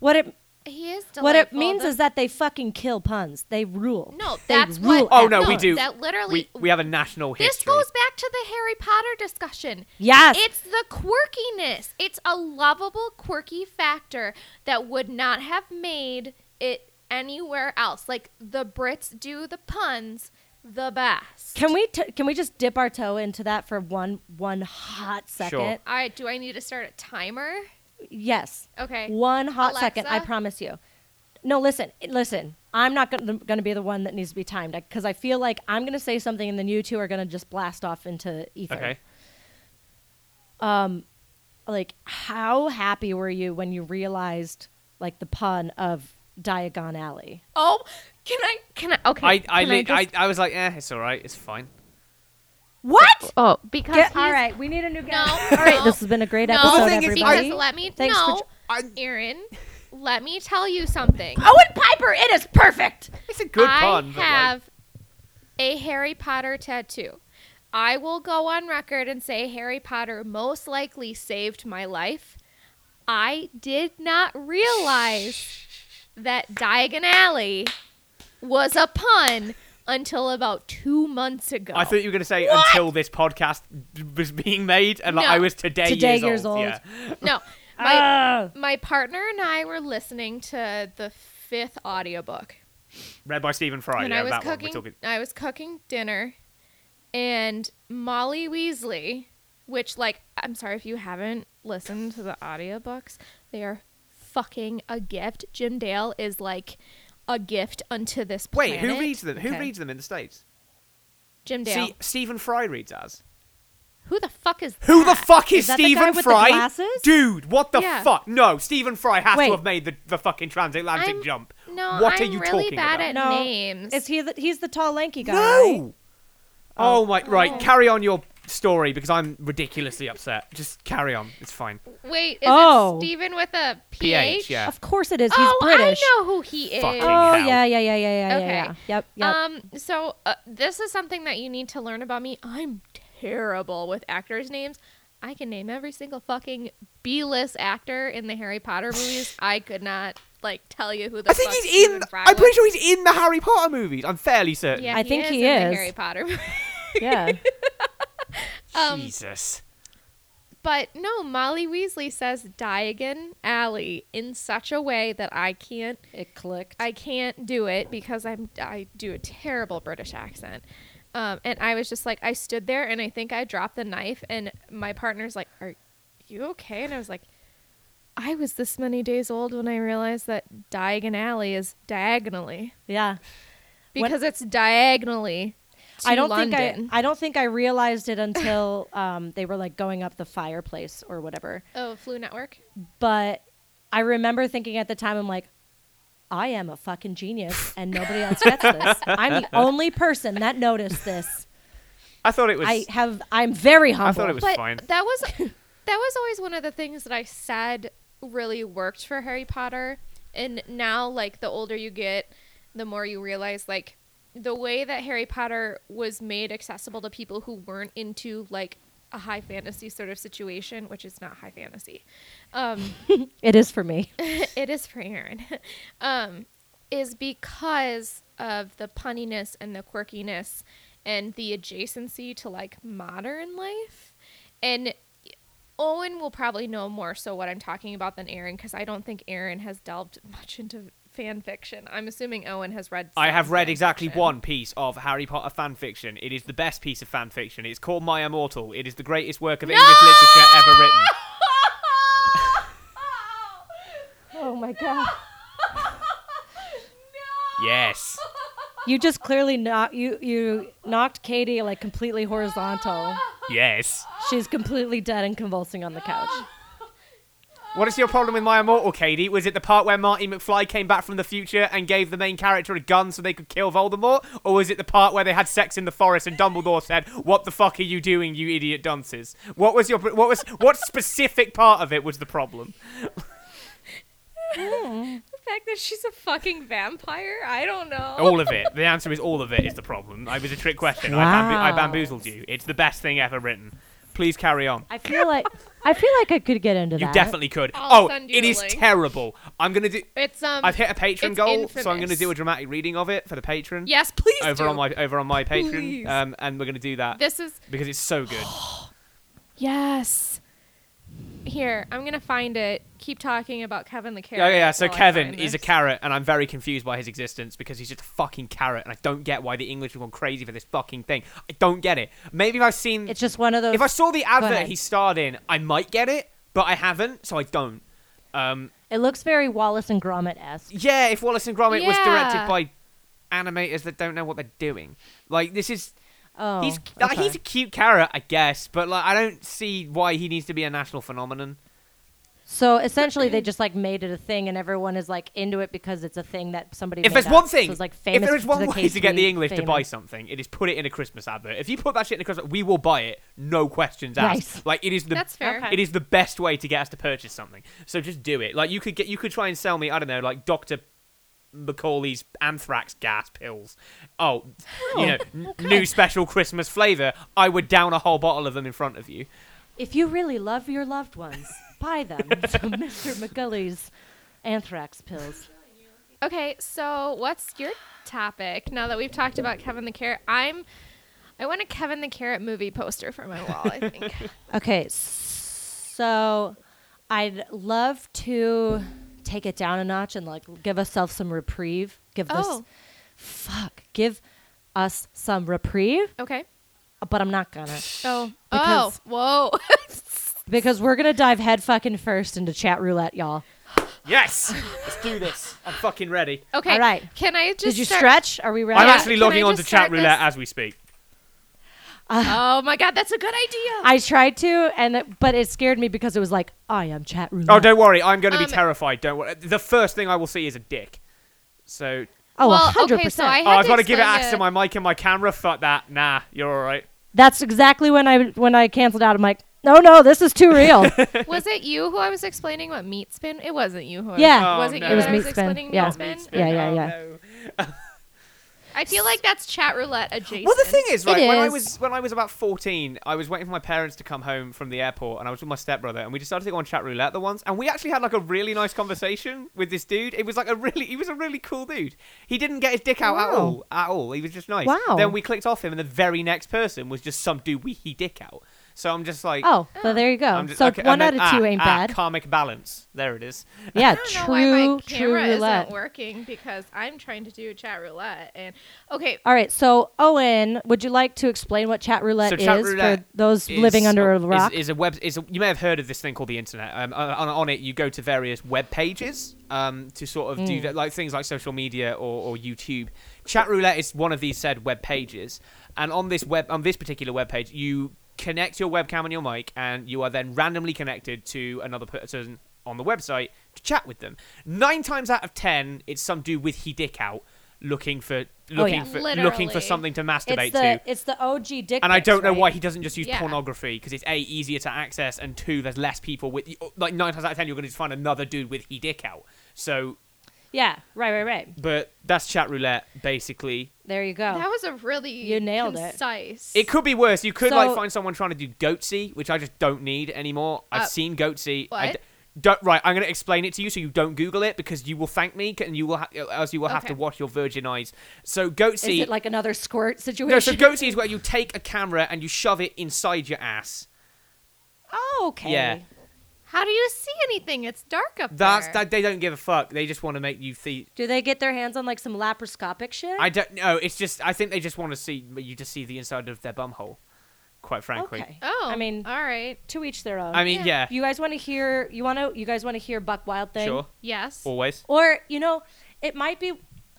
What it
he is delightful.
what it means
The-
is that they fucking kill puns. They rule.
no,
They
that's
rule
what.
at
Oh no, we
no,
do.
That literally.
we, we have a national
this
history.
goes back to the Harry Potter discussion.
Yes.
It's the quirkiness. It's a lovable, quirky factor that would not have made it anywhere else. Like the Brits do the puns the best.
Can we t- can we just dip our toe into that for one one hot second?
All right, do I need to start a timer?
Yes.
Okay.
One hot second, I
Alexa?
promise you. No, listen, listen. I'm not going to be the one that needs to be timed because I feel like I'm going to say something and then you two are going to just blast off into ether.
Okay.
Like, how happy were you when you realized like the pun of Diagon Alley?
Oh, can I? Can I? Okay.
I I,
can
li- I,
just-
I was like, eh, it's all right, it's fine.
What?
oh, because
Get-
he's-
all right, we need a new guest.
No,
all right,
no,
this has been a great
no,
episode,
The thing is,
everybody.
because let me
Thanks for
no,
jo-
Aaron. Let me tell you something.
Owen Piper, it is perfect.
It's a good
I
pun. but, like,
have a Harry Potter tattoo. I will go on record and say Harry Potter most likely saved my life. I did not realize that Diagon Alley was a pun until about two months ago.
I thought you were going to say until this podcast was being made, and like
No.
I was today,
Today
years,
years old.
Yeah.
no, my,
Ah.
my partner and I were listening to the fifth audiobook.
Read by Stephen Fry.
and
Oh, yeah,
I was
that
cooking.
one. We're talking.
I was cooking dinner, and Molly Weasley, which like I'm sorry if you haven't listened to the audiobooks, they are fucking a gift. Jim Dale is like a gift unto this
Wait,
planet.
who reads them? Who
Okay.
reads them in the states?
Jim Dale?
See, Stephen Fry reads as.
who the fuck is
Who the
that?
fuck is,
Is that the guy
Stephen
with the
Fry?
glasses?
Dude, what the
Yeah.
fuck? No, Stephen Fry has
Wait.
to have made the, the fucking transatlantic
I'm-
jump.
No,
what
I'm
are you
really
talking
bad
about?
at
No.
names.
Is he the, he's the tall lanky guy? right?
no. Oh, my! Right, carry on your story because I'm ridiculously upset. Just carry on. It's fine.
Wait, is
Oh.
it Stephen with a PH?
PH, yeah.
Of course it is. He's
Oh,
British.
I know who he is.
Fucking
Oh
Hell.
yeah, yeah, yeah, yeah, yeah,
Okay.
yeah, yeah. Yep, yep.
Um, so uh, this is something that you need to learn about me. I'm terrible with actors' names. I can name every single fucking B-list actor in the Harry Potter movies. I could not like tell you who the.
I think
fuck
he's in.
Stephen Fry
I'm pretty
was.
sure he's in the Harry Potter movies. I'm fairly certain.
Yeah,
I think he
in the
is.
Harry Potter. movie.
yeah.
Jesus.
but no, Molly Weasley says Diagon Alley in such a way that I can't
It clicked.
I can't do it because I'm I do a terrible British accent. Um, and I was just like, I stood there and I think I dropped the knife. And my partner's like, "Are you okay?" And I was like, I was this many days old when I realized that Diagon Alley is diagonally
yeah. What-
because it's diagonally. To
I don't
London.
think I I don't think I realized it until um, they were like going up the fireplace or whatever.
Oh, Flu Network.
But I remember thinking at the time I'm like I am a fucking genius and nobody else gets this. I'm the only person that noticed this.
I thought it was.
I have I'm very humble.
thought it was- fine.
That was that was always one of the things that I said really worked for Harry Potter. And now like the older you get, the more you realize like the way that Harry Potter was made accessible to people who weren't into like a high fantasy sort of situation, which is not high fantasy. Um
It is for me.
it is for Aaron, um, is because of the punniness and the quirkiness and the adjacency to like modern life. And Owen will probably know more so what I'm talking about than Aaron because I don't think Aaron has delved much into fan fiction. I'm assuming Owen has read.
I
some
have read
fan
exactly
fiction.
one piece of Harry Potter fan fiction. It is the best piece of fan fiction. It's called My Immortal. It is the greatest work of English literature ever written.
Oh my god.
Yes.
You just clearly knocked you you knocked Katie like completely horizontal.
Yes.
She's completely dead and convulsing on the couch.
What is your problem with My Immortal, Katie? Was it the part where Marty McFly came back from the future and gave the main character a gun so they could kill Voldemort? Or was it the part where they had sex in the forest and Dumbledore said, What the fuck are you doing, you idiot dunces? What was your. What was. What specific part of it was the problem?
The fact that she's a fucking vampire. I don't know.
All of it. The answer is all of it is the problem. It was a trick question. I, bambo- I
Wow.
bamboozled you. It's the best thing ever written. Please carry on.
I feel like I feel like I could get into
You
that.
definitely could.
I'll
oh,
send you
it
a
is
link.
terrible. I'm gonna do.
It's um.
I've hit a patron
it's
goal, so I'm
infamous.
gonna do a dramatic reading of it for the patron.
Yes, please
over
do.
on my over on my Patreon,
Please.
um, and we're gonna do that
This Oh, is
because it's so good.
yes. Here, I'm gonna find it. Keep talking about Kevin the
Oh, yeah,
character.
yeah. So Kevin is a carrot, and I'm very confused by his existence because he's just a fucking carrot, and I don't get why the English have gone crazy for this fucking thing. I don't get it. Maybe if I've seen,
It's just one of those
if I saw the advert
ahead.
he starred in, I might get it, but I haven't, so I don't. Um,
It looks very Wallace and Gromit esque.
yeah, if Wallace and Gromit was directed
Yeah.
by animators that don't know what they're doing, like this is
Oh,
he's like,
okay.
he's a cute carrot, I guess, but like I don't see why he needs to be a national phenomenon.
so essentially they just like made it a thing, and everyone is like into it because it's a thing that somebody.
if
made
there's
up.
one
So
thing,
it's, like famous
if there is one
the
way
case
to get the
being
English to
famous.
buy something, it is put it in a Christmas advert. If you put that shit in a Christmas, we will buy it, no questions asked.
Nice.
Like it is the
That's fair.
It is the best way to get us to purchase something. So just do it. Like you could get, you could try and sell me, I don't know, like Doctor Macaulay's anthrax gas pills. Oh, you know, n- new special Christmas flavor. I would down a whole bottle of them in front of you.
If you really love your loved ones, buy them. So Mr. McGully's anthrax pills.
Okay, so what's your topic now that we've talked about Kevin the Carrot? I'm I want a Kevin the Carrot movie poster for my wall, I think.
Okay, so I'd love to take it down a notch and like give ourselves some reprieve. Give this
Oh.
fuck, give us some reprieve,
okay.
but I'm not gonna
Oh.
Because-
oh. Whoa.
because we're gonna dive head fucking first into chat roulette, y'all.
Yes, let's do this. I'm fucking ready.
okay.
All right.
Can I just
Did you
start-
stretch? Are we ready?
I'm
Yeah,
actually
can I
logging on to
just
chat
start
roulette
this?
as we speak.
Oh my god, that's a good idea.
I tried to, and it, but it scared me because it was like I am chat roulette.
Oh, don't worry. I'm going to
Um,
be terrified. Don't worry. The first thing I will see is a dick. So,
Oh,
well,
100%.
okay, so I
oh,
had
I've
to
got to give it
explain
access to
uh,
my mic and my camera. Fuck that. Nah, you're all right.
That's exactly when I when I canceled out. I'm like, no, no, this is too real.
Was it you who I was explaining what meat spin? It wasn't you who I
Yeah.
Oh,
was, was it
no.
you
It was
that I was
meat spin,
explaining
yeah.
meat
Meat
spin?
spin. Yeah, yeah,
Oh,
yeah.
no.
I feel like that's chat roulette adjacent.
Well, the thing is, right, when I
is.
was when I was about 14, I was waiting for my parents to come home from the airport, and I was with my stepbrother, and we decided to go on chat roulette the once, and we actually had like a really nice conversation with this dude. It was like a really, he was a really cool dude. He didn't get his dick out at
Wow.
all, at all. He was just nice.
Wow.
Then we clicked off him, and the very next person was just some dude we he dick out. So I'm just like,
oh, well, there you go.
I'm just-
so
okay, I
one out
meant-
of two
ah,
ain't
ah,
bad.
Karmic balance. There it is.
yeah,
I don't know why
true,
my
true
camera
roulette.
isn't working because I'm trying to do chat roulette and okay,
All right, so Owen, would you like to explain what chat roulette
So chat
is
roulette
for those
is-
living under a
is-
rock?
Is, a web. Is a, you may have heard of this thing called the internet. Um, on, on it, you go to various web pages um, to sort of
Mm.
do that, like things like social media or, or YouTube. Chat roulette is one of these said web pages, and on this web, on this particular web page, you connect your webcam and your mic, and you are then randomly connected to another person on the website to chat with them. Nine times out of ten, it's some dude with he dick out looking for looking
Oh, yeah.
for looking for
Literally.
something to masturbate
it's the
to
it's the OG dick.
and I
pics,
don't know
right?
why he doesn't just use
Yeah.
pornography because it's a easier to access and two there's less people with like nine times out of ten you're going to find another dude with he dick out. So,
Yeah, right, right, right.
but that's chat roulette basically.
There you go.
That was a really
You nailed it.
concise.
It could be worse. You could like
So-
find someone trying to do goatsy, which I just don't need anymore. I've
Uh,
seen goatsy. I
what?
d- don't, right, I'm going to explain it to you so you don't Google it because you will thank me c- and you will ha- else you will have
Okay.
to wash your virgin eyes. So
Is
goatsy
it like another squirt situation?
no, so goatsy is where you take a camera and you shove it inside your ass.
oh, okay.
Yeah.
How do you see anything? It's dark up
That's
there.
that they don't give a fuck. They just want to make you see.
Do they get their hands on like some laparoscopic shit?
I don't know. It's just I think they just want to see you just see the inside of their bumhole. Quite frankly.
okay.
Oh,
I mean,
all right.
to each their own.
I mean, yeah,
Yeah.
you guys want to hear? You want to? You guys want to hear Buck Wild thing?
sure,
Yes.
always.
Or you know, it might be.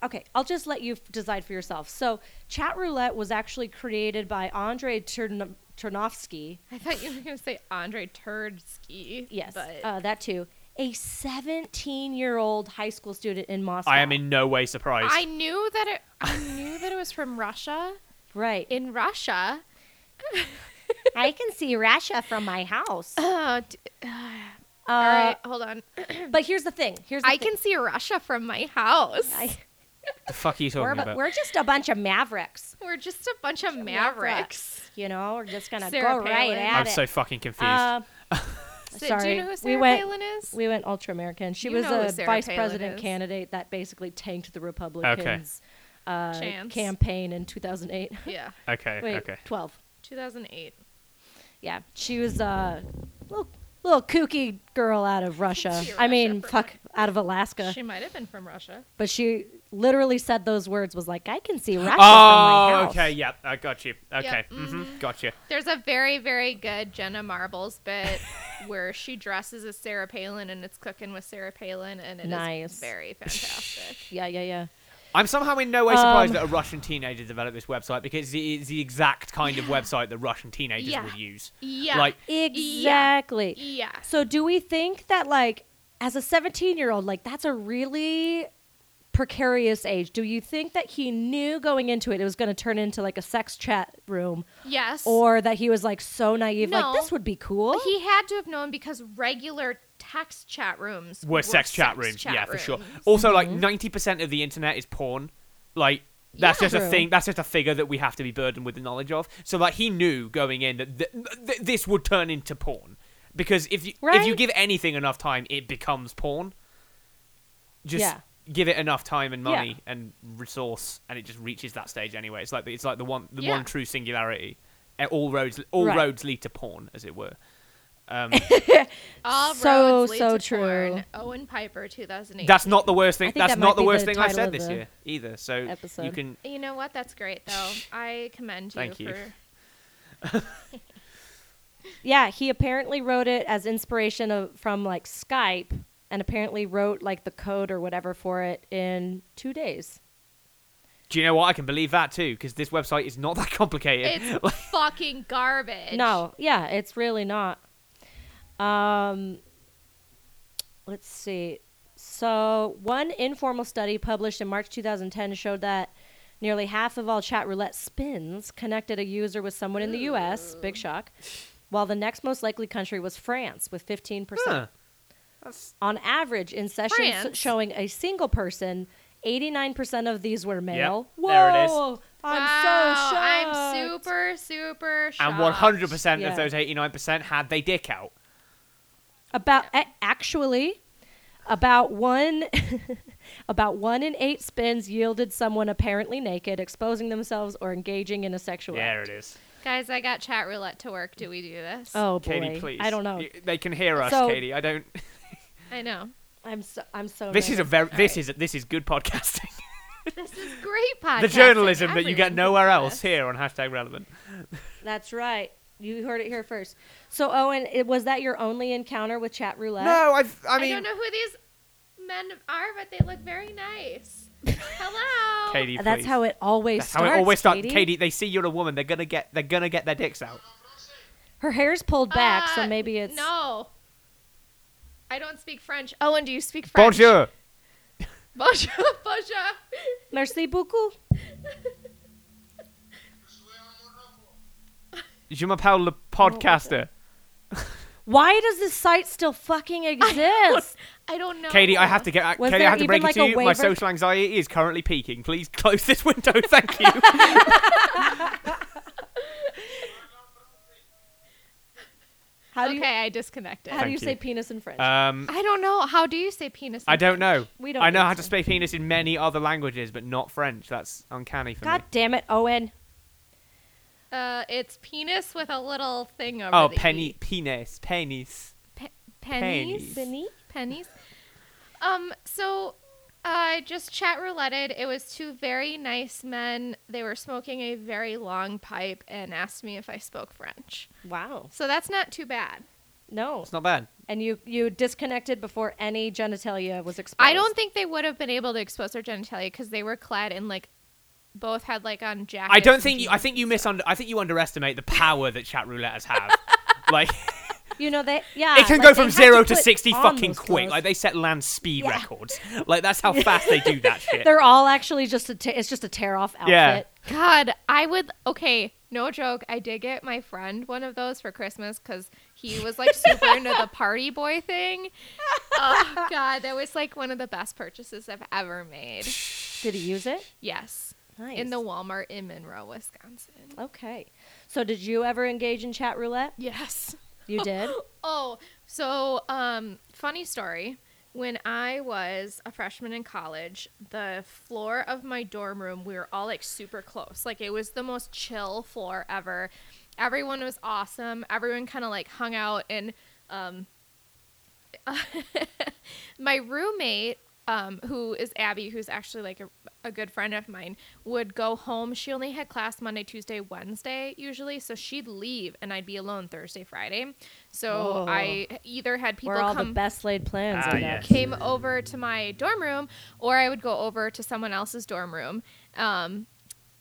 Okay, I'll just let you f- decide for yourself. So, Chat Roulette was actually created by Andre Chern- Chernovsky.
I thought you were going to say Andre Turdsky.
Yes,
But
uh, that too. A 17-year-old high school student in Moscow.
I am in no way surprised.
I knew that it. I knew that it was from Russia.
right.
In Russia,
I can see Russia from my house.
oh, d-
Uh,
all right, hold on.
But here's the thing. Here's the
I
thing.
can see Russia from my house.
I-
the fuck are you
we're,
talking about?
we're just a bunch of mavericks.
We're just a bunch of
Mavericks.
mavericks.
You know, we're just gonna
Sarah
go right
Palin.
at
I'm
it.
so fucking confused.
Uh,
So,
sorry,
Do you know who Sarah
we went
Palin is?
we went ultra American. She
You
was
know who
a
Sarah
vice
Palin
president
is.
candidate that basically tanked the Republicans' uh,
Chance.
campaign in 2008.
yeah,
okay,
Wait,
okay.
12.
2008.
Yeah, she was a little little kooky girl out of Russia.
She
I mean,
Russia,
fuck, out of Alaska.
She might have been from Russia.
but she literally said those words. Was like, I can see Russia from my
Oh,
house. mm-hmm.
okay, yeah, I got you. Okay, hmm
mhm.
got you.
There's a very, very good Jenna Marbles bit where she dresses as Sarah Palin and it's cooking with Sarah Palin, and it is
Nice.
very fantastic.
Yeah, yeah, yeah.
I'm somehow in no way surprised
Um,
that a Russian teenager developed this website because it is the exact kind of website that Russian teenagers
Yeah.
would use.
yeah.
Like,
Exactly.
yes.
So do we think that like as a 17 year old, like that's a really precarious age. Do you think that he knew going into it it was going to turn into like a sex chat room
Yes.
or that he was like so naive
No.
like this would be cool?
he had to have known because regular text chat rooms
were sex chat rooms.
chat
yeah, for sure.
rooms.
Also, like
Mm-hmm.
ninety percent of the internet is porn. Like that's
Yeah.
just a
True.
thing. That's just a figure that we have to be burdened with the knowledge of. So, like, he knew going in that th- th- this would turn into porn because if you if you
Right?
give anything enough time, it becomes porn. Just
Yeah.
give it enough time and
Yeah.
money and resource, and it just reaches that stage anyway. It's like the, it's like the one the
Yeah.
one true singularity. Uh, All roads all
Right.
roads lead to porn, as it were. Um,
All
So,
roads lead
so
to
true.
porn. Owen Piper, 2008.
That's not the worst thing.
think
That's
that
not
might
the
be
worst
the
thing I've
title
said
of
this
the
year either. So you
episode.
can.
you know what? That's great, though. I commend you
Thank you.
for.
yeah, he apparently wrote it as inspiration of, from like Skype and apparently wrote like the code or whatever for it in 2 days.
Do you know what? I can believe that too, because this website is not that complicated.
It's fucking garbage.
No, yeah, it's really not. Um, let's see. So, one informal study published in March 2010 showed that nearly half of all chat roulette spins connected a user with someone in the U.S. Big shock. While the next most likely country was France with 15%.
Huh.
On average, in sessions
France?
showing a single person, 89% of these were male. Whoa!
there it is.
I'm
Wow,
so shocked.
I'm super, super shocked.
and one hundred percent
Yeah.
of those eighty nine percent had they dick out.
about a- actually about one about one in eight spins yielded someone apparently naked exposing themselves or engaging in a sexual
There
act.
it is.
Guys, I got chat roulette to work. Do we do this?
oh boy
Katie, please.
i don't know
You- They can hear us,
So-
Katie. I don't.
I know.
i'm so i'm so
This is a
nervous.
very. This is this is good podcasting.
This is great podcast.
the journalism that you get nowhere else here on hashtag relevant.
that's right you heard it here first so owen it was that your only encounter with chat roulette
No, I've. I
I,
mean,
don't know who these men are, but they look very nice. Hello.
Katie, please.
that's how it always
That's how
starts
it always starts.
katie.
Katie, they see you're a woman. They're gonna get. They're gonna get their dicks out.
her hair's pulled back
Uh,
so maybe it's
No. I don't speak French. Owen, do you speak French?
Bonjour.
Bonjour. Bonjour.
merci beaucoup
Je m'appelle le podcaster.
why does this site still fucking exist
I don't know.
Katie, I have to get. uh,
Was
Katie, I
there
have to
even,
break
like,
it to
a
you. My
waiver?
social anxiety is currently peaking. Please close this window. Thank you.
how do you
Okay, I disconnected.
how do you
Thank you.
say penis in french
um,
I don't know. How do you say penis? in
I don't
French?
know.
We don't
I know
need
how to
to.
speak penis in many other languages, but not French. That's uncanny for
God
me.
damn it, Owen.
Uh, it's penis with a little thing over
Oh,
the
penny,
E.
penis, penis.
Pe- pennies.
Pennies.
Pennies. Um, so I just chat rouletted. It was two very nice men. They were smoking a very long pipe and asked me if I spoke French.
Wow.
So that's not too bad.
No.
It's not bad.
And you you disconnected before any genitalia was exposed.
I don't think they would have been able to expose their genitalia because they were clad in like both had like on jackets.
I don't
and
think you.
jeans.
I think you misunder. I think you underestimate the power that chat roulettes have. like
You know they yeah.
it can
like,
go
they
from
have
zero
to
to
put
sixty
on
fucking
those
quick.
clothes.
Like they set land speed
Yeah.
records. Like that's how fast they do that shit.
They're all actually just a t- it's just a tear off outfit.
Yeah.
God, I would. Okay, no joke. I did get my friend one of those for Christmas because he was like super into the party boy thing. Oh God, that was like one of the best purchases I've ever made.
Did he use it?
Yes,
Nice.
in the Walmart in Monroe, Wisconsin.
Okay. So did you ever engage in chat roulette?
Yes.
You did.
Oh, so um, funny story. When I was a freshman in college, the floor of my dorm room, we were all like super close. Like it was the most chill floor ever. Everyone was awesome. Everyone kind of like hung out and um, my roommate um, who is abby who's actually like a, a good friend of mine would go home she only had class monday tuesday wednesday usually so she'd leave and i'd be alone thursday friday so
Oh.
i either had people
Where all the
come
best laid plans.
Ah,
are
yes.
hatched.
came over to my dorm room or i would go over to someone else's dorm room um,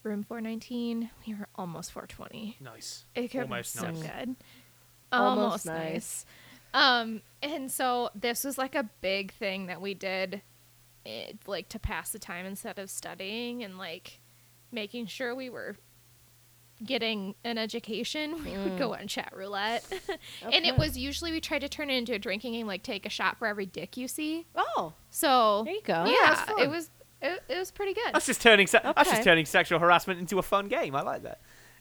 room 419 we were almost 420
nice.
it could
Almost
be so
nice.
good.
Almost
Almost nice.
nice.
Um, and so this was like a big thing that we did, it, like to pass the time instead of studying and like making sure we were getting an education. We would go on chat roulette, and
Mm. Okay.
it was usually we tried to turn it into a drinking game, like take a shot for every dick you see.
Oh.
So
There you go.
Yeah,
Yeah,
that's fun.
it was it, it was pretty good.
That's just turning. Se- That's just
Okay.
turning sexual harassment into a fun game. I like that.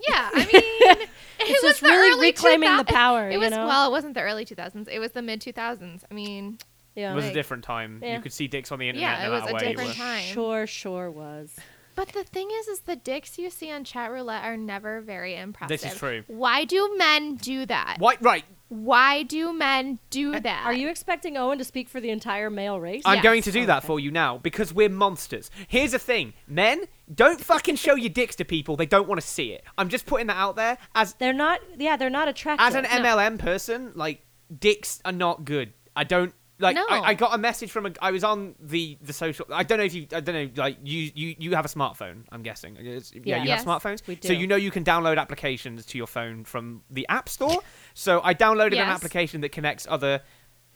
Yeah, I mean, it
It's
was
just
the
really
early
reclaiming
2000
the power,
It
you
was
know?
well, it wasn't the early 2000s. It was the mid 2000s. I mean,
Yeah.
it was a
like-
different time.
Yeah.
You could see dicks on the internet.
Yeah,
no
it was
matter
a
where you
different
were.
time.
Sure, sure was.
but the thing is, is the dicks you see on chat roulette are never very impressive.
true.
Why do men do that?
Why? Right.
Why do men do that?
Are you expecting Owen to speak for the entire male race?
I'm
Yes.
going to do that
Okay.
for you now because we're monsters. Here's the thing, men, don't fucking show your dicks to people. They don't want to see it. I'm just putting that out there as
They're not. Yeah, they're not attractive.
as an MLM person. Like dicks are not good. I don't like.
No.
I, I got a message from a. I was on the the social. I don't know if you. I don't know. Like you you you have a smartphone. I'm guessing. It's- yeah,
Yeah.
you
Yes.
have smartphones.
We
So
do.
you know you can download applications to your phone from the app store. so I downloaded an
Yes.
application that connects other.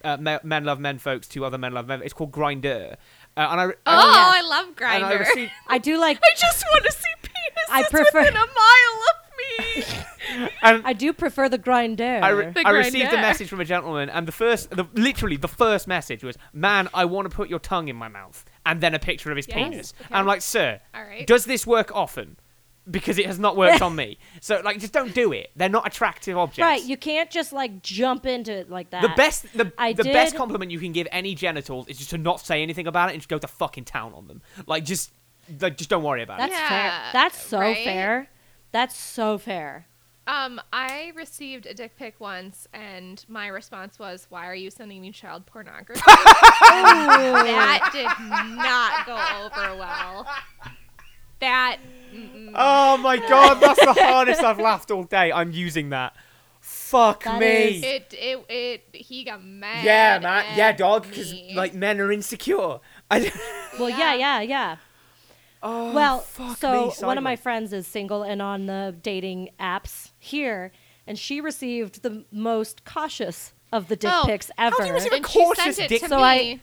Uh, me- men love men folks to other men love men. It's called Grinder, uh, and I. and
Oh,
I-
I love
and I
grinder.
received-
I do like.
I just want to see penises
I prefer-
within a mile of me.
and
I do prefer the grinder.
I, re-
The
I received a
grinder.
message from a gentleman, and the first, the, literally the first message was, "Man, I want to put your tongue in my mouth," and then a picture of his
Yes,
penis.
okay.
And I'm like, "Sir,
All right.
does this work often? Because it has not worked on me. So like, just don't do it. They're not attractive objects.
right, you can't just like jump into it like that.
the best, the,
I
the best
did-
compliment you can give any genitals is just to not say anything about it and just go to fucking town on them. Like, just, like, just don't worry about
That's
it.
Yeah,
fair. That's so
right?
fair. That's so fair.
Um, I received a dick pic once, and my response was, "Why are you sending me child pornography?" that did not go over well. That mm-mm.
Oh my god, that's the hardest I've laughed all day. I'm using that. Fuck
That
me.
is-
it it it he got mad.
Yeah, man. Yeah,
at
dog. Because
me.
like men are insecure. I.
Well, yeah, yeah, yeah.
oh,
well,
fuck
so
me,
one of my
sideways.
friends is single and on the dating apps here, and she received the most cautious of the dick
Oh,
pics ever.
do you receive a
and she
cautious
sent it
dick-
to
So
me.
I-
How do you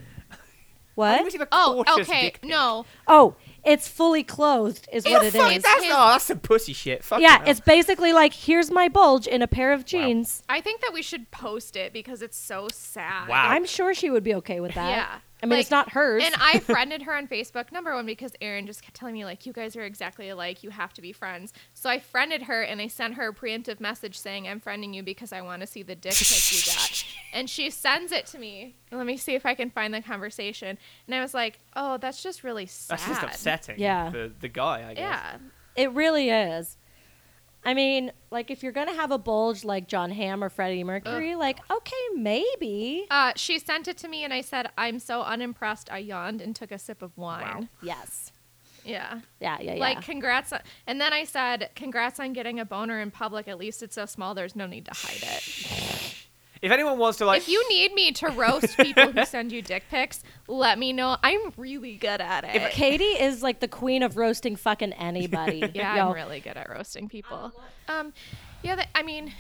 what?
receive a
oh,
cautious
okay.
dick pic?
no,
Oh, it's fully clothed, is what
It's
it
fuck-
is.
That's
his-
not. That's some pussy shit. Fuck
Yeah, it's basically like here's my bulge in a pair of jeans.
I think that we should post it because it's so sad.
Wow.
I'm sure she would be okay with that.
Yeah.
I mean, it's
Like,
not hers.
And I friended her on Facebook, number one, because Erin just kept telling me, like, you guys are exactly alike. You have to be friends. So I friended her and I sent her a preemptive message saying, I'm friending you because I want to see the dick pic you got. And she sends it to me. Let me see if I can find the conversation. And I was like, oh, that's just really sad.
That's just upsetting.
Yeah.
The the guy. I guess.
Yeah.
It really is. I mean, like if you're gonna have a bulge like John Hamm or Freddie Mercury, like okay, maybe.
Uh, she sent it to me and I said, I'm so unimpressed. I yawned and took a sip of wine.
Yes.
Yeah.
Yeah, yeah, yeah.
Like, congrats. On, and then I said, congrats on getting a boner in public. At least it's so small, there's no need to hide it.
If anyone wants to like
If you need me to roast people who send you dick pics, let me know. I'm really good at it.
Katie is like the queen of roasting fucking anybody.
yeah,
yo.
I'm really good at roasting people. Um, yeah, the, I mean,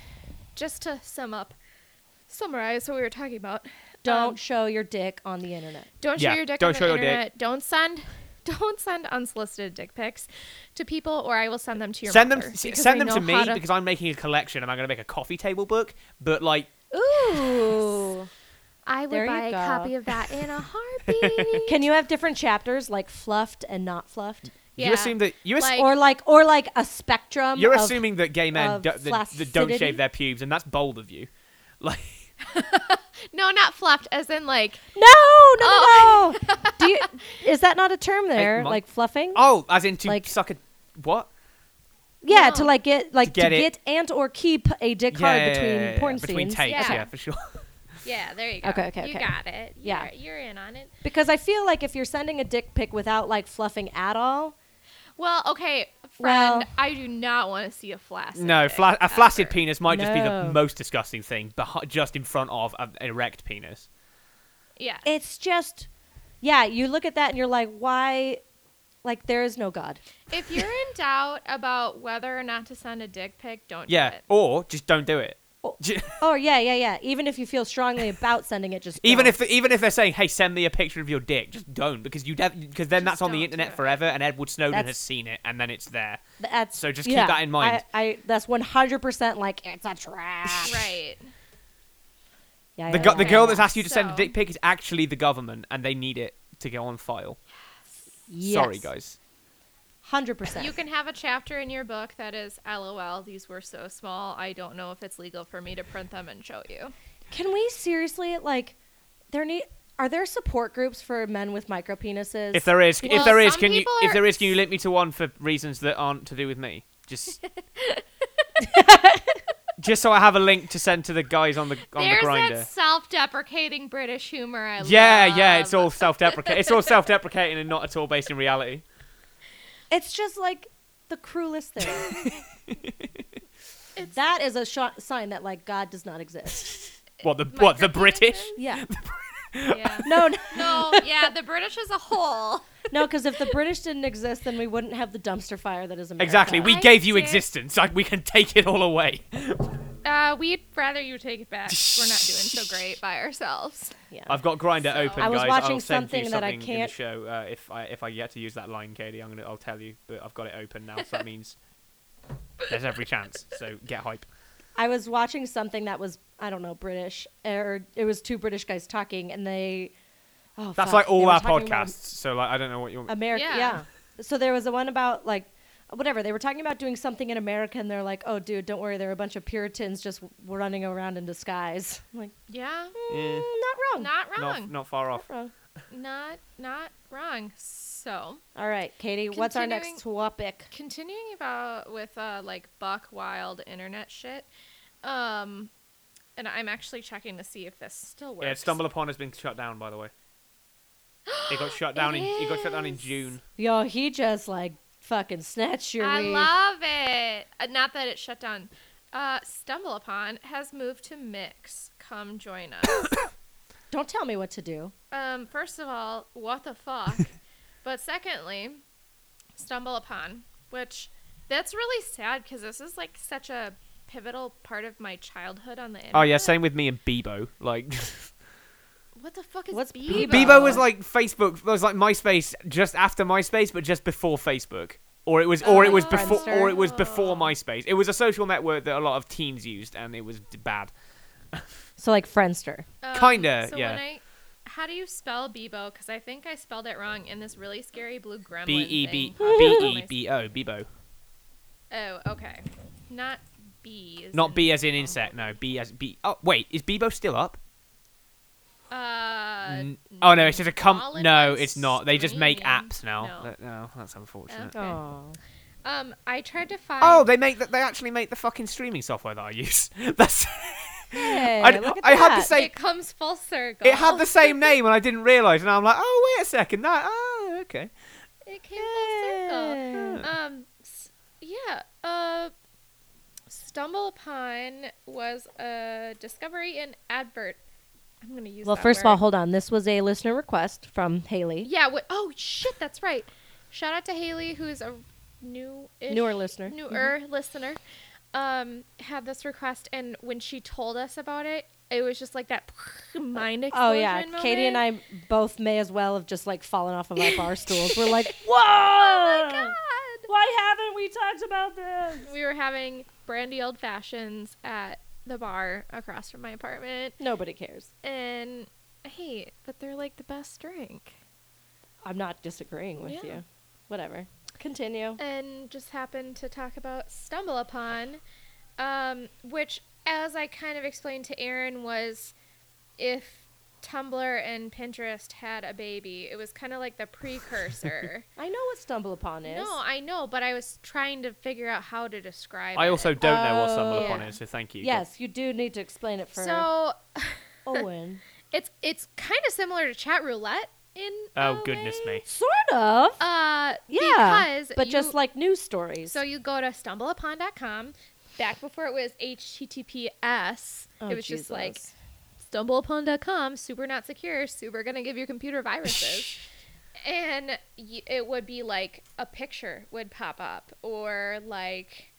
just to sum up, summarize what we were talking about.
Don't
um,
show your dick on the internet.
don't
Yeah,
show your dick
don't
on the
show your dick.
internet. Don't send, don't send unsolicited dick pics to people, or I will send them to your
send them
mother
s-
because I
send them
know
to me
how to-
because I'm making a collection and I'm going to make a coffee table book, but like
Ooh.
I would
There you
buy a
go.
copy of that in a heartbeat.
Can you have different chapters like fluffed and not fluffed?
yeah.
you assume that you ass-
Like-
or like or like a spectrum.
you're
of-
assuming that gay men
of
do, that, that don't
flaccidity?
shave their pubes and that's bold of you. Like
no, not fluffed, as in like
No, no,
Oh,
no, no. Do you, is that not a term there?
mon-
like fluffing?
oh, as in to
Like-
suck a what?
yeah,
no.
to like get like to
get
get,
it.
and or keep a dick
Yeah,
hard
yeah, yeah,
between
yeah, yeah,
porn
between
scenes.
takes,
Yeah.
yeah. for sure.
yeah, there you go.
Okay, okay,
You
okay.
got it.
Yeah.
You're- you're in on it.
Because I feel like if you're sending a dick pic without like fluffing at all,
Well, okay, friend,
Well-
I do not want to see a flaccid.
No,
dick
fla- a flaccid
ever.
penis might just be the
No.
most disgusting thing, but just in front of an erect penis.
Yeah.
it's just yeah, you look at that and you're like, why like there is no God.
If you're in doubt about whether or not to send a dick pic, don't
Yeah,
do
Oh,
it.
or just don't do it.
Oh.
J-
Oh yeah, yeah, yeah. Even if you feel strongly about sending it, just
Even
don't.
if even if they're saying, "Hey, send me a picture of your dick," just don't because you because then
Just
that's on the
don't do
internet
it.
forever, and Edward Snowden
That's-
has seen it, and then it's there.
that's
So just keep that in mind.
I, I that's one hundred percent like it's a trap.
Right.
Yeah,
The,
yeah,
gu-
yeah.
the girl that's asked you to send
So-
a dick pic is actually the government, and they need it to go on file.
Yes.
Sorry, guys.
Hundred percent.
You can have a chapter in your book that is LOL, these were so small, I don't know if it's legal for me to print them and show you.
Can we seriously like there need are there support groups for men with micro penises?
If there is,
Well,
if there is,
some
can you
people
if
are-
there is, can you link me to one for reasons that aren't to do with me? Just. Just so I have a link to send to the guys on the on
There's
the grinder.
that self deprecating British humor I
Yeah,
love.
yeah, it's all self-deprecating. it's all self-deprecating and not at all based in reality.
it's just like the cruelest thing. that is a shot sign that like God does not exist.
What the what the British?
Yeah.
Yeah.
No, no,
No, yeah, the British as a whole.
no. Because if the British didn't exist, then we wouldn't have the dumpster fire that is America.
Exactly. We
I
gave you
did-
existence. Like we can take it all away.
Uh, we'd rather you take it back. We're not doing so great by ourselves.
Yeah.
I've got Grinder open,
I was
guys. I'll
watching
send you
something that I
something in the
can't-
show uh, if I if I get to use that line, Katie. I'm gonna I'll tell you, but I've got it open now, so that means there's every chance. So get hype.
I was watching something that was I don't know British or it was two British guys talking and they. Oh,
That's
fuck,
like
they
all
were
our
talking about Um,
podcasts. So like I don't know what you want.
America.
Yeah.
Yeah. So there was the one about like whatever they were talking about doing something in America, and they're like, "Oh, dude, don't worry, there are a bunch of Puritans just w- running around in disguise." I'm like,
Yeah,
Eh,
"Mm, not wrong.
not
not
wrong.
not far off.
wrong.
Not not wrong. So,
All right, Katie, what's our next topic?
continuing about with uh like buck wild internet shit. Um and I'm actually checking to see if this still works.
Yeah, Stumble Upon has been shut down, by the way. It got shut down
It
in it got shut down in
is.
June.
Yo, he just like fucking snatched your.
I
weed.
love it. Uh, Not that it shut down. Uh Stumble Upon has moved to Mix. Come join us.
don't tell me what to do.
um first of all, what the fuck? but secondly, Stumble Upon, which that's really sad cuz this is like such a pivotal part of my childhood on the internet.
Oh yeah, same with me and Bebo. Like
What the fuck is
What's
Bebo?
Bebo was like Facebook was like MySpace just after MySpace but just before Facebook. Or it was or it was
Oh.
before or it was
Friendster.
before MySpace. It was a social network that a lot of teens used and it was d- bad.
So like Friendster.
Um,
Kinda,
so
yeah.
When I, how do you spell Bebo? Because I think I spelled it wrong in this really scary blue gremlin.
B E B
thing
B
popped up on
E
my-
B O Bebo.
Oh, okay. Not B. as
Not
in-
B as in insect, no. B as B Oh wait, is Bebo still up?
Uh,
N- oh no, it's just a com
all in
No,
one
it's not. They just make
streaming.
apps now.
No.
That- No, that's unfortunate.
Okay.
Oh.
Um, I tried to find.
Oh, they make that. They actually make the fucking streaming software that I use. That's.
Hey,
I,
look at
I had the
that.
same.
it comes full circle.
It had the same name, and I didn't realise. And I'm like, oh wait a second, that oh okay.
It came full circle. Um, s- yeah. Uh, stumble upon was a discovery and advert. I'm gonna use.
Well,
that
first of all,
word.
hold on. This was a listener request from Haley.
Yeah. What, oh shit, that's right. Shout out to Haley, who's a new
Newer listener. Mm-hmm.
newer listener. Um, had this request, and when she told us about it, it was just like that mind explosion.
Oh yeah, Katie and
moment.
I both may as well have just like fallen off of our bar stools. We're like, whoa!
Oh,
um,
God.
Why haven't we talked about this?
we were having brandy old fashions at the bar across from my apartment
Nobody cares.
and hey but they're like the best drink
I'm not disagreeing with
Yeah.
you. Whatever. Continue.
and just happened to talk about stumble upon um, which as i kind of explained to aaron was if tumblr and pinterest had a baby it was kind of like the precursor
I know what stumble upon is.
no i know but i was trying to figure out how to describe
I
it.
also don't know what Stumble
Oh.
Upon
Yeah.
is, so thank you.
yes, you do need to explain it for
so
Owen.
it's it's kind of similar to chat roulette in
Oh
a
goodness
way.
me.
Sort of.
Uh,
yeah.
because
But
you-
just like news stories.
so you go to stumbleupon.com. Back before it was HTTPS,
Oh,
it was just like
Jesus.
stumbleupon.com, super not secure, super gonna give your computer viruses. and y- it would be like a picture would pop up or like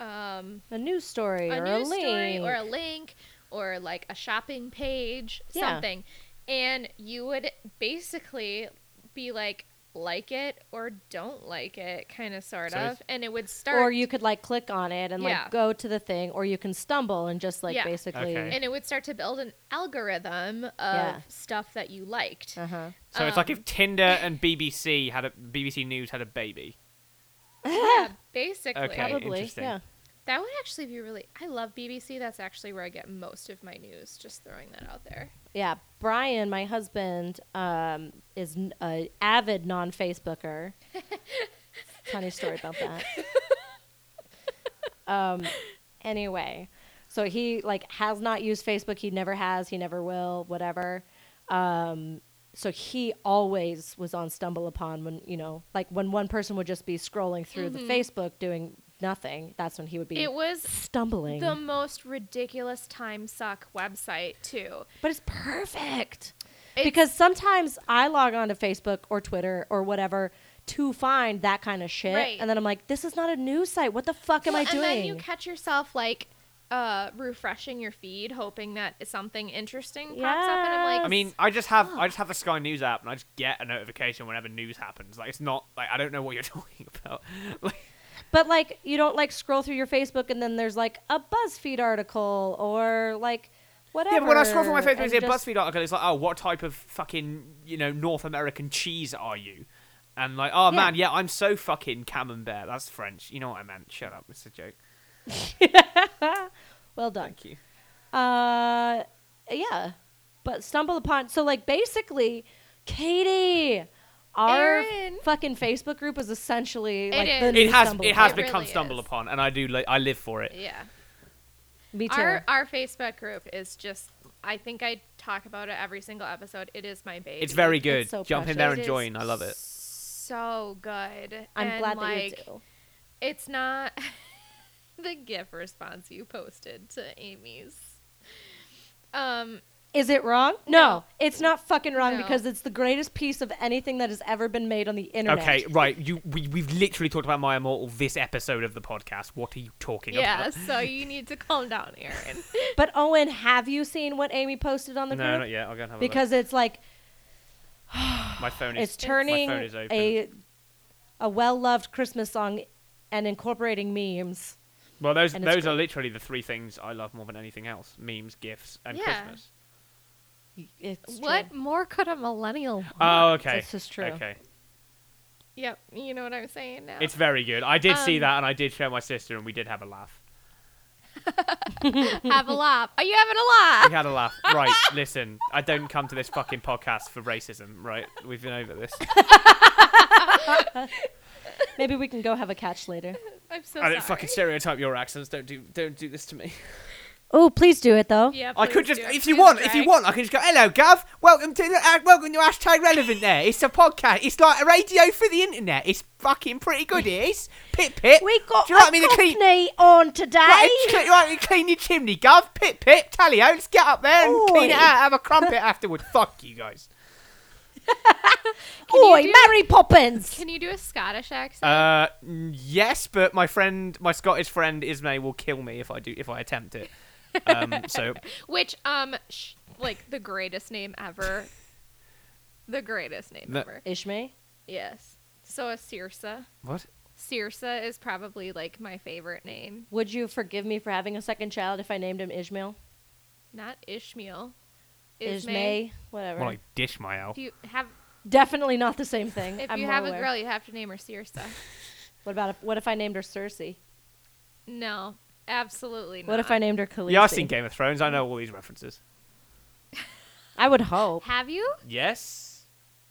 um,
a news story
a
or
news
a link.
story or a link or like a shopping page,
Yeah.
something. And you would basically be like, like it or don't like it, kind of sort
So
of.
it's-
And it would start.
or you could like click on it and
Yeah.
like go to the thing or you can stumble and just like
Yeah.
basically
Okay.
and it would start to build an algorithm of
Yeah.
stuff that you liked.
uh-huh
So it's
Um,
like if Tinder and BBC had a BBC News had a baby.
Yeah, basically.
Okay.
probably
interesting.
yeah
That would actually be really. I love BBC. That's actually where I get most of my news. Just throwing that out there.
yeah brian my husband um is n- a avid non-facebooker funny story about that um anyway so he like has not used facebook he never has he never will whatever um so he always was on stumble upon when you know like when one person would just be scrolling through the facebook doing nothing that's when he would be
Mm-hmm. It was
stumbling
the most ridiculous time suck website too.
but it's perfect
It's-
because sometimes I log on to Facebook or Twitter or whatever to find that kind of shit,
Right.
and then I'm like, this is not a news site. What the fuck am I
Well,
doing?
And then you catch yourself like uh, refreshing your feed, hoping that something interesting pops up, and I'm like,
I mean, I just have I just have the Sky News app, and I just get a notification whenever news happens. Like it's not like I don't know what you're talking about. Like
but like, you don't like scroll through your Facebook, and then there's like a BuzzFeed article or like whatever.
yeah, but when I scroll through my Facebook
and
and see a
just-
BuzzFeed article, it's like, oh, what type of fucking you know North American cheese are you? And like, oh man, yeah, I'm so fucking camembert. That's French. You know what I meant? Shut up. It's a joke.
well done.
Thank you.
Uh, yeah, but stumble upon. So like, basically, Katie. Our
Erin.
fucking Facebook group is essentially like
is.
the
It
new
It has
Stumble
it has
Upon.
really
become stumble
is.
upon, and I do li- I live for it.
yeah.
Me too.
Our our Facebook group is just. I think I talk about it every single episode. It is my baby.
It's very good.
so
Jump in there
It
and
is
join. I love it.
So good.
I'm
And,
glad
like,
that you do.
It's not the GIF response you posted to Amy's. Um,
Is it wrong? No, it's not fucking wrong
No.
because it's the greatest piece of anything that has ever been made on the internet.
Okay, right. You we we've literally talked about My Immortal this episode of the podcast. What are you talking
yeah.
about?
So you need to calm down, Aaron.
But Owen, have you seen what Amy posted on the
No,
group?
not yet. I'll go and have a look.
Because it's like
my phone is
it's turning
my phone is open.
a a well-loved Christmas song and incorporating memes.
Well, those
and it's
those are
great.
literally the three things I love more than anything else: memes, gifts, and
Yeah.
Christmas.
It's
what
true.
more could a millennial?
Oh, okay.
This is true.
Okay,
Uh, Yep, you know what I'm saying now.
it's very good. I did see
Um,
that, and I did show my sister, and we did have a laugh.
have a laugh. Are you having a laugh?
We had a laugh. Right, listen, I don't come to this fucking podcast for racism. Right, we've been over this.
Maybe we can go have a catch later.
I'm so
I
sorry.
don't fucking stereotype your accents. Don't do don't do this to me.
Oh, please do it though.
Yeah,
I
please
could just,
do.
if you
Please
want, if you
drag.
want, I can just go. Hello, Gav. Welcome to the, uh, welcome to hashtag relevant. There, it's a podcast. It's like a radio for the internet. It's fucking pretty good. It is. Pit pit.
We got
Do you like
a
me to clean?
cockney on today.
Right, it's clean, right, you clean your chimney, Gov. Pip, pip, tally ho. Let's get up there and
Oh,
clean it
Oi.
out. Have a crumpet afterward. Fuck you guys.
Oi,
do-
Mary Poppins.
Can you do a Scottish accent?
Uh, mm, yes, but my friend, my Scottish friend Ismay, will kill me if I do if I attempt it. Um, so
Which, um, sh- like the greatest name ever. the greatest name
The-
ever.
Ishmay.
Yes. So a Cirsa.
what?
Cirsa is probably like my favorite name.
Would you forgive me for having a second child if I named him Ishmael?
Not Ishmael.
Ishmay, whatever.
More like dish my out.
If you have,
Definitely not the same thing.
if
I'm
you
well
have a
aware.
girl, you have to name her Cirsa.
what about if, what if I named her Cersei?
No, absolutely not.
What if I named her Khaleesi?
Yeah, I've seen Game of Thrones. I know all these references.
I would hope.
Have you?
Yes.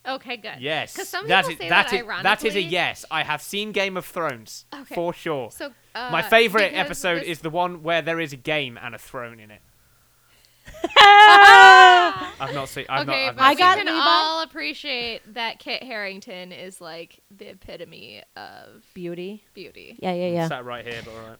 Okay, good.
Yes.
Because some
That
people
is-
say
that
that,
is-
ironically.
That is a yes. I have seen Game of Thrones
Okay.
for sure.
So uh,
My favorite
because
episode
this-
is the one where there is a game and a throne in it.
Ah!
I've not seen. I've
okay,
not. I've
but
not
I
we
seen
got
it.
can
Levi.
all appreciate that Kit Harrington is like the epitome of
Beauty.
beauty.
Yeah, yeah, yeah.
Sat right here, but all right.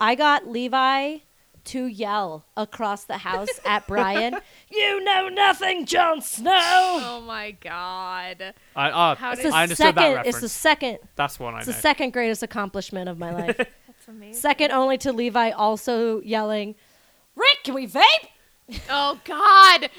I got Levi to yell across the house at Brian. you know nothing, Jon Snow.
Oh my god.
I, ah,
How did-
It's the
I understood
second.
that reference.
It's the second.
That's one I
It's
know.
the second greatest accomplishment of my life.
That's amazing.
second only to Levi also yelling, "Rick, can we vape?"
Oh god.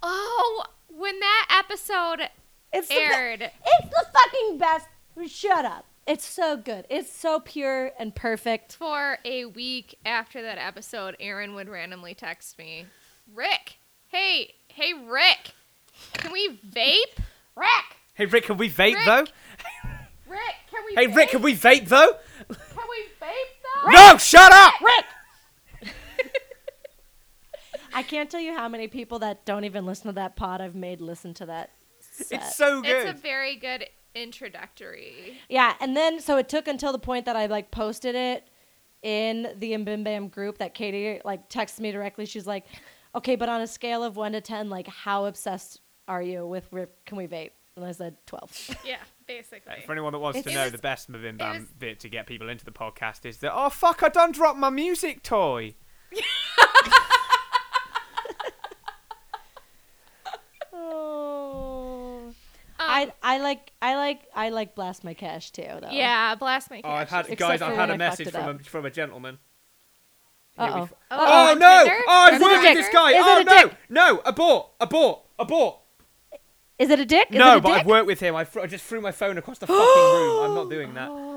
Oh, when that episode
It's the, be-
aired,
it's the fucking best. Shut up. It's so good. It's so pure and perfect.
for a week after that episode, Aaron would randomly text me, "Rick, hey, hey Rick, can we vape? Rick,
hey Rick, can we vape
Rick!
though?
Rick, can we
Hey
vape?
Rick, can we vape though?
Can we vape though?
No, shut up.
Rick. I can't tell you how many people that don't even listen to that pod I've made listen to that. set.
It's so
It's a
good.
very good introductory.
Yeah, and then so it took until the point that I like posted it in the Mbim Bam group that Katie like texted me directly. She's like, "Okay, but on a scale of one to ten, like how obsessed are you with Rip? Can we vape?" And I said twelve.
Yeah, basically.
For anyone that wants to
It's-
know,
It
the
was-
best Mavim Bam
was-
bit to get people into the podcast is that oh fuck, I done dropped my music toy.
oh.
Um,
I I like I like I like blast my cash too though.
yeah, blast my.
Oh, I've
caches.
had
Except
guys.
for
I've
when
had a
I fucked
message
it
from
up.
a, from a gentleman. Here we
Uh-oh.
f-
Uh-oh.
Oh,
On
no!
Tinder?
Oh, I've
Is it
worked
a
with this
dick?
guy.
Is
oh
it a
no!
dick?
No! Abort! Abort! Abort!
Is it a dick? Is it
no,
a
but
dick?
I've worked with him. I, fr- I just threw my phone across the fucking room. I'm not doing that.
Oh.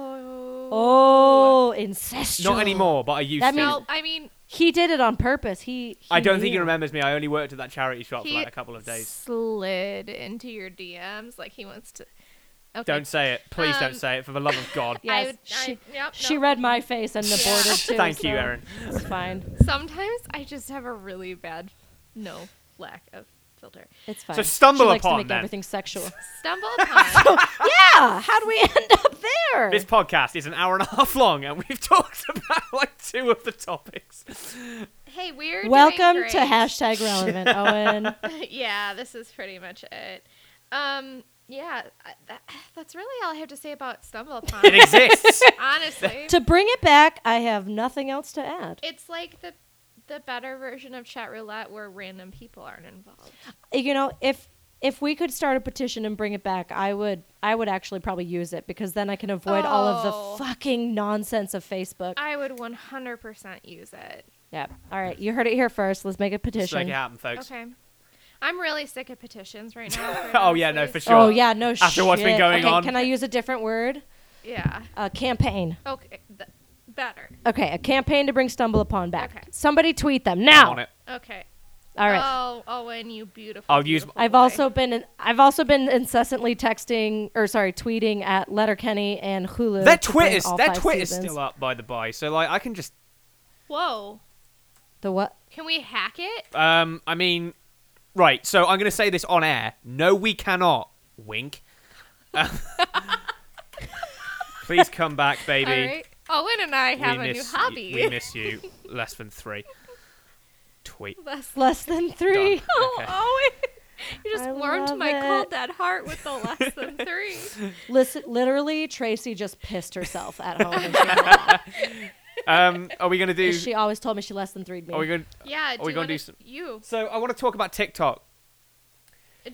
Oh, incestuous.
Not anymore, but I used
That
to.
means-
No, I mean
He did it on purpose. He.
I don't think he
knew.
remembers me. I only worked at that charity shop
he
for like a couple of days.
slid into your DMs like he wants to. Okay.
Don't say it. Please
Um,
don't say it. For the love of God.
I
Yes,
would-
she,
I- yep,
she
no.
read my face and aborted too.
Thank you,
so
Erin.
It's fine.
Sometimes I just have a really bad no lack of filter.
It's fine.
stumble
she likes to
upon
make
then.
everything sexual.
Stumble upon.
yeah. How do we end up there?
This podcast is an hour and a half long, and we've talked about like two of the topics.
hey, we're doing
Welcome to
great.
hashtag relevant, Owen.
yeah, this is pretty much it. Um, yeah, I- that, that's really all I have to say about stumble upon.
It exists.
Honestly,
to bring it back, I have nothing else to add.
it's like the the better version of chat roulette where random people aren't involved.
You know, if if we could start a petition and bring it back, I would I would actually probably use it because then I can avoid all
Oh.
of the fucking nonsense of Facebook.
I would 100% use it.
yeah. All right, you heard it here first. Let's make a
Just
petition.
make it happen, folks.
Okay. I'm really sick of petitions right now. quite
Oh, yeah, no,
honestly.
for sure.
Oh yeah, no shit.
After what's been going
okay,
on.
Can I use a different word?
Yeah.
A campaign.
Okay. Th- better.
Okay, a campaign to bring Stumble Upon back.
Okay.
Somebody tweet them
I'm
now.
on it.
Okay.
All right.
Oh, Owen, you beautiful.
I'll use-
beautiful
I've
boy.
also been I've also been incessantly texting or sorry tweeting at Letterkenny and Hulu.
Their
to bring
Twitter's
all
their
five
Twitter's
seasons.
still up by the by, so like I can just
Whoa.
The what?
Can we hack it?
um I mean right, so I'm gonna say this on air. No we cannot. Wink. Please come back, baby.
All right. Owen and I have a new
y-
hobby.
we miss you. Less than three. Tweet.
Less-
Less than three.
Done.
Oh,
Okay.
Owen. You just
I
warmed
love
my cold
it.
dead heart with the less than three.
Listen, literally, Tracy just pissed herself at home. when she heard that.
Um, are we gonna do?
she always told me she less than three me.
Are we gonna?
Yeah.
we
you
gonna
wanna-
do some-
You. Uh,
So I want to talk about TikTok.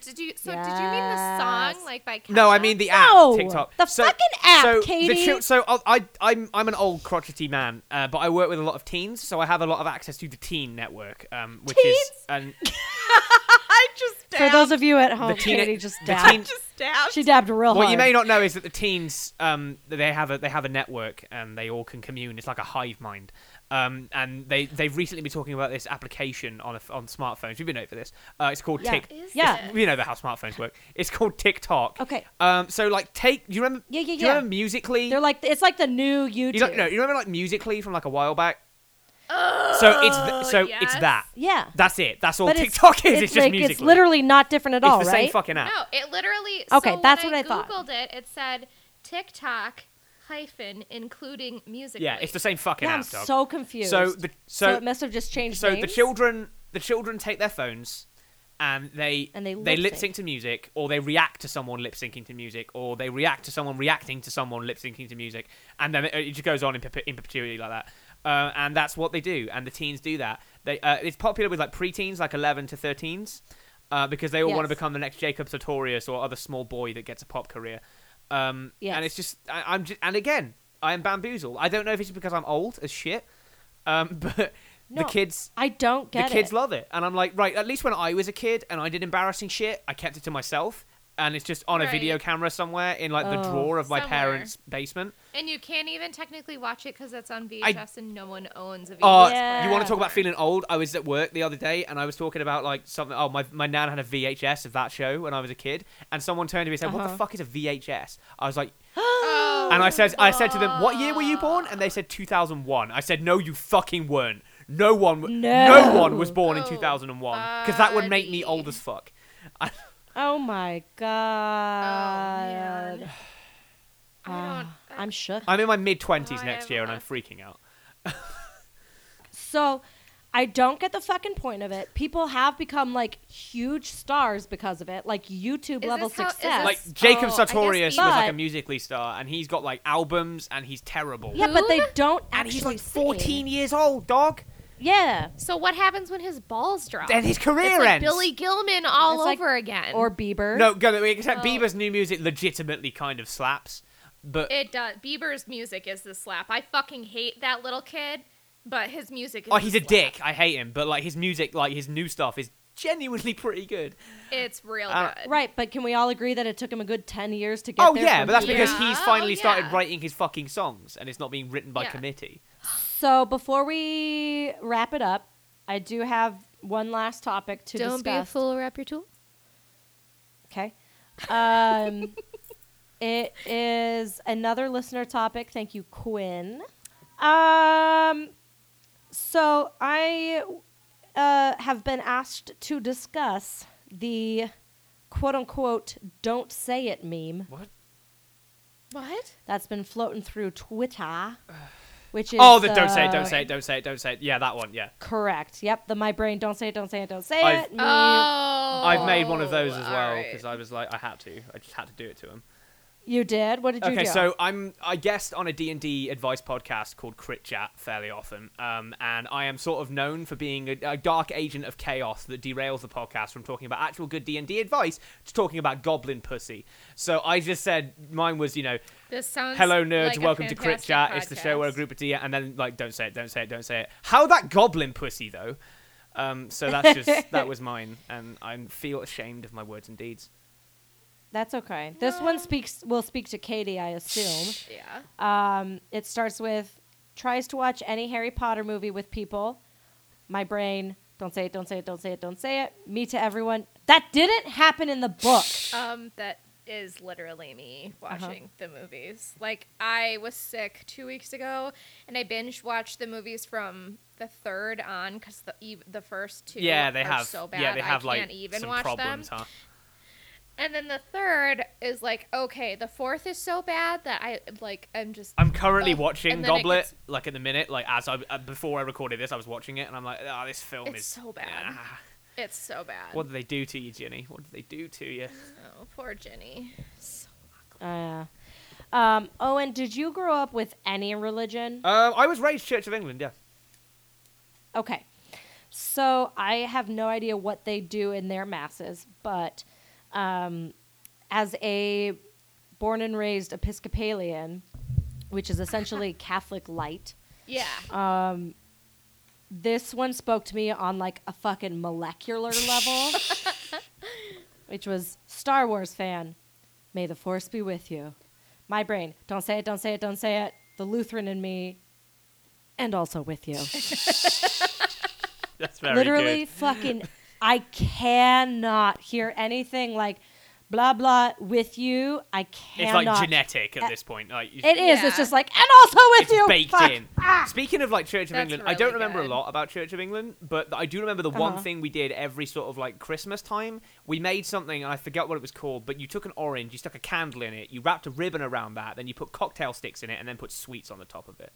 Did you? So did you mean the song
Yes.
like by?
No, I
Kesha?
mean the
No!
app, TikTok.
The
so,
fucking app,
so
Katie!
The chil- so I'll- I, I'm I'm an old crotchety man, uh, but I work with a lot of teens, so I have a lot of access to the teen network, um, which is
Teens?
and
I just
For
dabbed.
those of you at home,
the teen
Katie just
the
dabbed.
teen-
just dabbed.
she dabbed real
what
hard.
you may not know is that the teens um, they have a they have a network and they all can commune. It's like a hive mind. Um, and they they've recently been talking about this application on a f on smartphones. We've been over this. Uh, it's called
Yeah.
Tik.
Is
Yeah.
it?
You know how smartphones work. It's called TikTok.
Okay.
Um, so like, take. Do you remember?
Yeah, yeah,
Do you
yeah.
remember Musically?
They're like it's like the new YouTube.
You don't know. You remember like musically from like a while back. so it's th- so it's
yes.
that.
Yeah.
That's it. That's all
Uh, But it's-
TikTok is. It's,
It's,
just
like,
musically.
It's literally not different at
It's
all,
the
right?
same fucking app.
No, it literally.
Okay,
so
that's
when
what I thought.
Googled it. It said TikTok hyphen including music.
Yeah, it's the same fucking
yeah, I'm
app. Dog.
so confused.
So the
So
so
it must have just changed.
so the
names?
children the children take their phones and they
And they
lip
lip-sync.
sync to music or they react to someone lip syncing to music or they react to someone reacting to someone lip syncing to music and then it, it just goes on in, perpe- in perpetuity like that uh, and that's what they do and the teens do that they uh, it's popular with like preteens like 11 to 13s uh, because they all want to
Yes.
become the next Jacob Sartorius or other small boy that gets a pop career um,
Yes.
and it's just I, I'm just and again I am bamboozled I don't know if it's because I'm old as shit um, but the
No.
kids
I don't get
the kids
it.
love it and i'm like right at least when i was a kid and i did embarrassing shit i kept it to myself and it's just on a
Right.
video camera somewhere in like the
Oh.
drawer of my
Somewhere.
parents basement
And you can't even technically watch it because it's on VHS and no one owns a VHS.
oh
Yeah.
you want to talk about feeling old i was at work the other day and i was talking about like something oh my, my nan had a vhs of that show when i was a kid and someone turned to me and said what the
Uh-huh.
fuck is a vhs i was like
Oh,
and i said i said to them what year were you born and they said 2001 i said no you fucking weren't no one w- no,
No.
one was born in
Oh,
2001 because that would make me
buddy.
old as fuck
Oh my god.
Oh, man. I
Wow.
don't.
I'm shook.
I'm in my mid twenties
I
next
am
year, and I'm
a-
freaking out.
So I don't get the fucking point of it. People have become like huge stars because of it, like YouTube
Is
level
this how- is
success.
Yes.
Like
Oh, I
Jacob
guess
Sartorius was like a
even-
musically star, and he's got like albums, and he's terrible.
yeah, but they
Dude.
don't
and
actually
he's like
sing.
14 years old, dog.
Yeah.
So what happens when his balls drop?
Then his career
it's like
ends.
Billy Gilman all
It's like-
over again.
Or Bieber.
No, go. We accept
Oh.
Bieber's new music legitimately kind of slaps, but
it does. Bieber's music is the slap. I fucking hate that little kid, but his music. Is
oh,
the
he's a
slap.
dick. I hate him. But like his music, like his new stuff, is genuinely pretty good.
It's real
Uh,
good.
Right, but can we all agree that it took him a good 10 years to get
oh
there?
yeah,
from
but that's
here?
because
Yeah.
he's finally
Oh,
started
yeah.
writing his fucking songs, and it's not being written by
Yeah.
committee.
So before we wrap it up, I do have one last topic to
Don't be a
discuss.
fool. Wrap your tool.
Okay. Um, it is another listener topic. Thank you, Quinn. Um, so I uh, have been asked to discuss the quote unquote don't say it meme
What?
What?
that's been floating through Twitter, which is.
Oh, the don't say it,
uh,
don't say it, don't say it, don't say it. Yeah, that one. Yeah.
Correct. Yep. The my brain, don't say it, don't say it, don't say
I've-
it. meme.
Oh,
I've made one of those as
all
well
right.
because I was like, I had to. I just had to do it to him.
You did? What did you
Okay,
do?
so I'm I guest on a D and D advice podcast called Crit Chat fairly often, um, and I am sort of known for being a, a dark agent of chaos that derails the podcast from talking about actual good D and D advice to talking about goblin pussy. So I just said mine was, you know,
This sounds.
hello nerds,
like a
welcome to Crit
fantastic
Chat. It's the show where a
podcast.
group of D and then like don't say it, don't say it, don't say it. How that goblin pussy though. Um, so that's just that was mine, and I feel ashamed of my words and deeds.
That's okay. This one speaks will speak to Katie, I assume.
Yeah.
Um, it starts with tries to watch any Harry Potter movie with people. My brain, don't say it, don't say it, don't say it, don't say it. Me to everyone. That didn't happen in the book.
Um, that is literally me
Uh-huh.
watching the movies. Like I was sick two weeks ago, and I binge watched the movies from the third on because the ev- the first two
Yeah, they
are
have.
so bad
Yeah, they have
I
like
can't even
some
watch
problems,
them.
huh?
And then the third is like, okay, the fourth is so bad that I like I'm just
I'm currently
Ugh.
watching
And then it
Goblet,
gets-
like at the minute, like as I uh, before I recorded this, I was watching it, and I'm like, oh, this film
It's
is
so bad.
Ah,
it's so bad.
what did they do to you, Ginny? What did they do to you?
Oh, poor Jenny. So
Uh, um, Owen, did you grow up with any religion?
Um, I was raised Church of England. Yeah,
Okay. So I have no idea what they do in their masses, but um, as a born and raised Episcopalian, which is essentially Catholic light,
yeah.
Uh,
this one spoke to me on like a fucking molecular level, which was Star Wars fan. May the force be with you. My brain, don't say it, don't say it, don't say it. The Lutheran in me, and also with you.
that's very
literally fucking i cannot hear anything like blah blah with you i
It's
cannot
like genetic at this point. Like you-
it is
Yeah.
it's just like and also with
it's
you
baked
Fuck.
in. Speaking of like Church of
That's
England, I
really
don't remember a
good. Uh-huh.
lot about Church of England, but I do remember the one thing we did every sort of like Christmas time. We made something, and I forget what it was called, but you took an orange, you stuck a candle in it, you wrapped a ribbon around that, then you put cocktail sticks in it, and then put sweets on the top of it.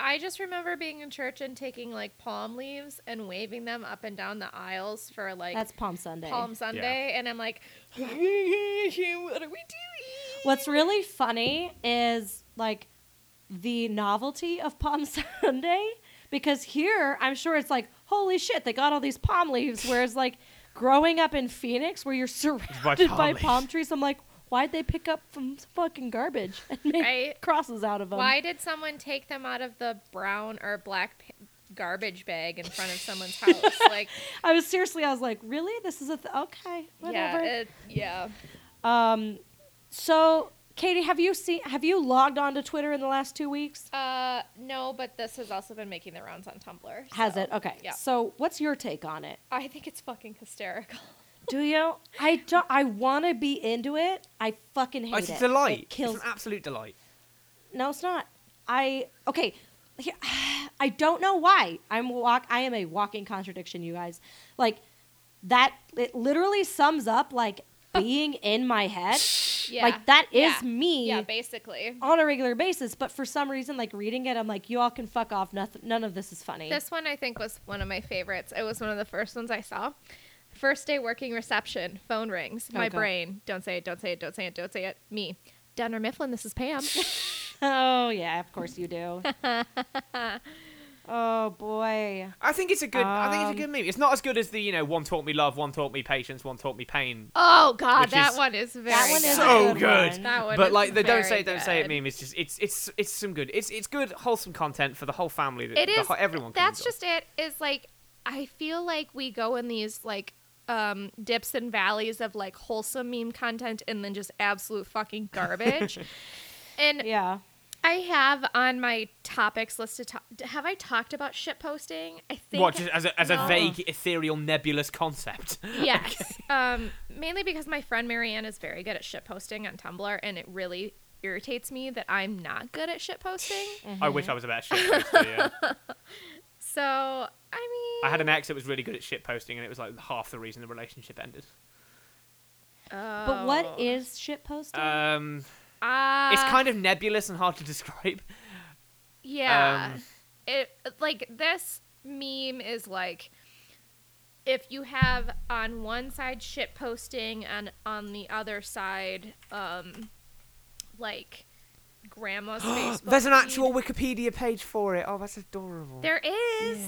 I just remember being in church and taking like palm leaves and waving them up and down the aisles for like
that's palm sunday
Palm Sunday, and I'm like, what are we doing?
what's really funny is like the novelty of palm sunday because here i'm sure it's like holy shit they got all these palm leaves whereas like growing up in phoenix where you're surrounded
palm
by
leaves.
palm trees i'm like why'd they pick up from fucking garbage and make
Right?
crosses out of them
Why did someone take them out of the brown or black p- garbage bag in front of someone's house? like,
I was seriously, I was like, really? This is a th- okay, whatever.
yeah, it, yeah.
um, so Katie, have you seen? Have you logged on to Twitter in the last two weeks?
Uh, no, but this has also been making the rounds on Tumblr.
Has
so,
it? Okay.
Yeah.
So what's your take on it?
I think it's fucking hysterical.
Do you? I don't. I want to be into it. I fucking hate
Oh, it's
it.
a delight.
It kills.
It's an absolute delight.
no, it's not. I okay. Here, I don't know why I'm walk. I am a walking contradiction, you guys. Like that. It literally sums up like being in my head.
Yeah.
Like that is
yeah.
me.
Yeah, basically.
on a regular basis, but for some reason, like reading it, I'm like, you all can fuck off. Nothing, none of this is funny.
This one I think was one of my favorites. It was one of the first ones I saw. First day working reception, phone rings. My
Oh, God.
brain. Don't say it, don't say it, don't say it, don't say it. Me. Dunner Mifflin, this is Pam.
oh yeah, of course you do. oh boy,
I think it's a good. I think
Um,
it's a good meme. It's not as good as the you know one taught me love, one taught me patience, one taught me pain.
oh god,
Which
that
is
one is very
that one
good.
is
So
a good.
good.
one.
That one
but
is
like the don't
Oh, very
say it, don't say it
good.
meme is just it's it's it's some good. It's it's good wholesome content for the whole family. That
It
the
is
whole- everyone. can
That's
enjoy.
just it. Is like I feel like we go in these like um dips and valleys of like wholesome meme content and then just absolute fucking garbage. and
Yeah,
I have on my topics list to talk. Have I talked about shit posting? I think.
what just as a as
No.
a vague ethereal nebulous concept.
Yes. um, mainly because my friend Marianne is very good at shit posting on Tumblr, and it really irritates me that I'm not good at shit posting.
I wish I was a better shit poster. Yeah.
so I mean,
I had an ex that was really good at shit posting, and it was like half the reason the relationship ended.
but what
Oh.
is shit posting?
Um,
Uh,
it's kind of nebulous and hard to describe.
Yeah.
Um,
it like this meme is like if you have on one side shit posting and on the other side um like grandma's Facebook.
There's an actual
feed.
Wikipedia page for it. Oh, that's adorable.
There is.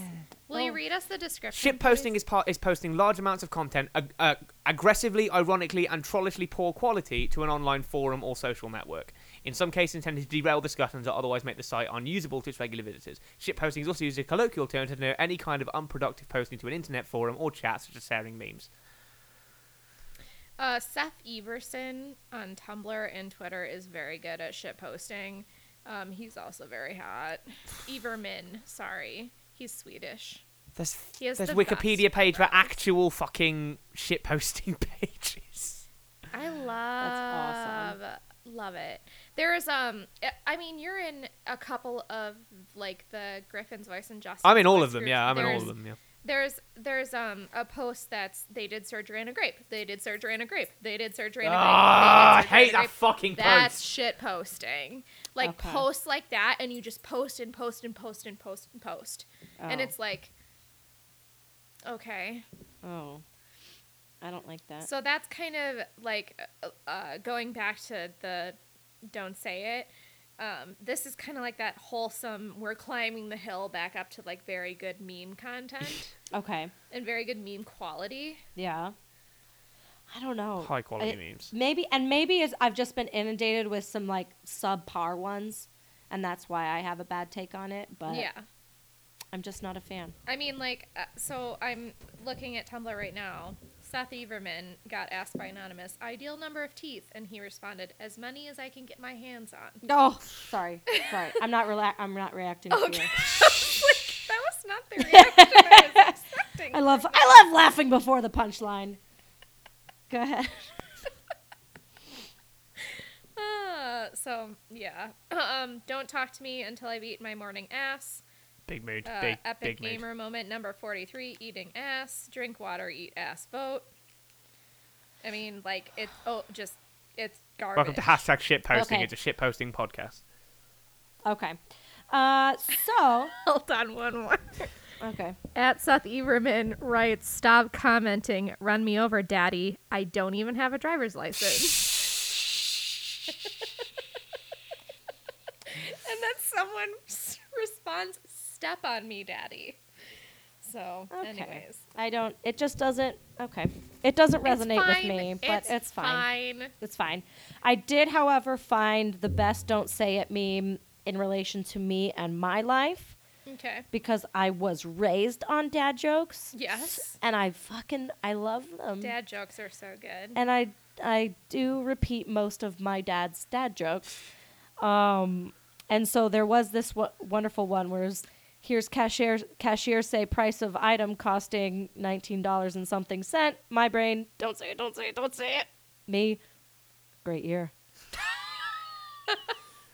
Will you
Oh.
read us the description?
Ship posting
please?
is part is posting large amounts of content, ag- uh, aggressively, ironically, and trollishly poor quality to an online forum or social network. In some cases, intended to derail discussions or otherwise make the site unusable to its regular visitors. Ship posting is also used as a colloquial term to denote any kind of unproductive posting to an internet forum or chat, such as sharing memes.
uh, Seth Everson on Tumblr and Twitter is very good at shit posting. Um, he's also very hot. Everman, sorry, he's Swedish.
There's
He has
there's
the
Wikipedia
best
page for
eyebrows.
actual fucking shit posting pages.
I love love it. There is um I- I mean you're in a couple of like the Griffin's voice and Justin.
I'm in all of them. Yeah, I'm in all of them. Yeah.
There's there's um a post that's they did surgery on a grape. They did surgery on a grape. They did surgery on a grape.
Ah,
they did surgery on
hate
a
that
grape.
fucking
That's
post.
shit posting. Like
Okay.
posts like that, and you just post and post and post and post and post, and
Oh.
it's like, okay.
Oh, I don't like that.
Uh, So that's kind of like uh, uh, going back to the don't say it. Um, this is kind of like that wholesome. We're climbing the hill back up to like very good meme content
okay,
and very good meme quality.
yeah. I don't
Oh,
know.
High quality
I-
Uh,
memes.
Maybe and maybe is I've just been inundated with some like subpar ones, and that's why I have a bad take on it. But
yeah,
I'm just not a fan.
I mean like uh, so. I'm looking at Tumblr right now. Seth Everman got asked by anonymous ideal number of teeth, and he responded, "As many as I can get my hands on."
Oh, sorry, sorry. I'm not rela- I'm not reacting.
Okay.
To you.
That was not the reaction I was expecting.
I love I love laughing before the punchline. Go ahead.
Uh, so yeah. Um, don't talk to me until I've eaten my morning ass.
Big mood.
Uh,
big
epic
big mood.
gamer moment number forty-three: eating ass. Drink water. Eat ass. Vote. I mean, like it's oh, just it's garbage.
Welcome to hashtag shit posting.
Okay.
It's a shit posting podcast.
Okay. Uh, so
Hold on one more.
okay.
At Seth Everman writes, "Stop commenting. Run me over, daddy. I don't even have a driver's license." and then someone s- responds, "Step on me, daddy." So,
Okay.
anyways,
I don't. It just doesn't. Okay. It doesn't
It's
resonate with
fine,
me, but it's, fine.
fine.
It's fine. I did, however, find the best "Don't Say It" meme in relation to me and my life
Okay.
because I was raised on dad jokes.
Yes.
And I fucking I love them.
Dad jokes are so good.
and I I do repeat most of my dad's dad jokes. Um, and so there was this w- wonderful one where it was, here's cashier cashier say price of item costing nineteen dollars and something cent. My brain, don't say it, don't say it, don't say it. Me, great year.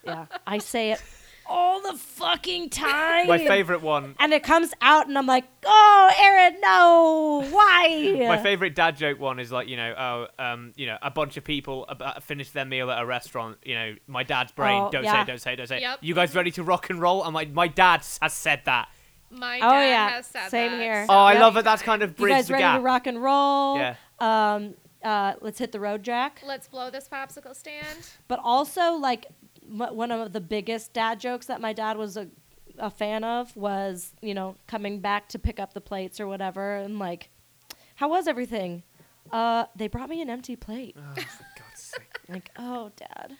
yeah, I say it all the fucking time.
My favorite one.
And it comes out, and I'm like, oh, Aaron, no, why?
My favorite dad joke one is like you know oh um you know a bunch of people about finish their meal at a restaurant you know my dad's brain
Oh,
don't say
yeah.
it, don't say it, don't say it.
Yep.
you guys ready to rock and roll and my my dad has said that
My
Oh,
dad
yeah.
has said
Same
that
here.
so
oh I
many
love that that's
times.
kind of
You
bridged
guys
the
ready to
gap
rock and roll?
Yeah.
Um, uh, let's hit the road, Jack.
Let's blow this popsicle stand.
But also, like, m- one of the biggest dad jokes that my dad was a, a fan of was, you know, coming back to pick up the plates or whatever, and like, how was everything? Uh, they brought me an empty plate.
oh, for God's sake.
like, oh, dad.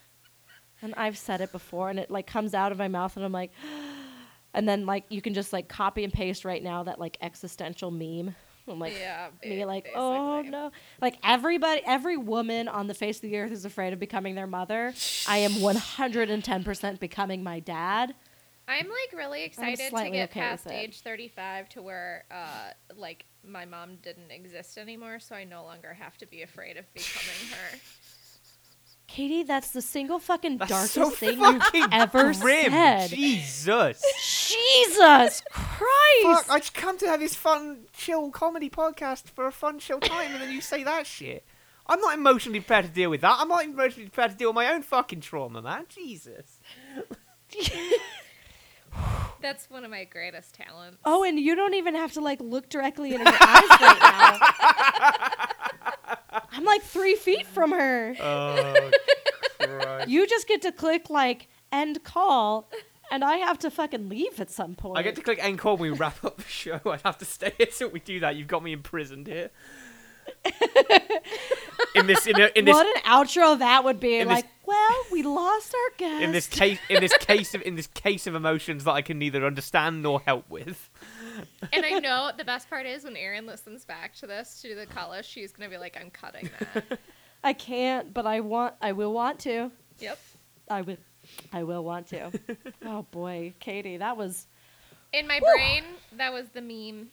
And I've said it before, and it like comes out of my mouth, and I'm like, and then like you can just like copy and paste right now that like existential meme. I'm like,
Yeah.
me
ba-
like oh
basically.
no like everybody every woman on the face of the earth is afraid of becoming their mother i am 110% becoming my dad
I'm like really excited to
slightly
get
okay with
past
it.
age 35 to where uh like my mom didn't exist anymore, so I no longer have to be afraid of becoming her.
katie that's the single fucking
That's
darkest
so
thing you
fucking
ever
grim.
said
Jesus
jesus christ
Fuck, I just come to have this fun, chill comedy podcast for a fun, chill time, and then you say that shit. I'm not emotionally prepared to deal with that. I'm not emotionally prepared to deal with my own fucking trauma, man. Jesus.
That's one of my greatest talents.
oh and you don't even have to like look directly into her eyes right now i'm like three feet from her
Oh, Christ.
you just get to click like end call and i have to fucking leave at some point
I get to click end call when we wrap up the show. I'd have to stay here till we do that. You've got me imprisoned here. in this, in, a, in this,
what an outro that would be!
in this-
Like, well, we lost our guest.
in this case, in this case of, in this case of emotions that I can neither understand nor help with.
And I know the best part is when Erin listens back to this to do the college, she's gonna be like, I'm cutting that.
I can't, but I want. I will want to.
yep.
I will. I will want to. oh boy, Katie, that was.
In my brain, that was the meme.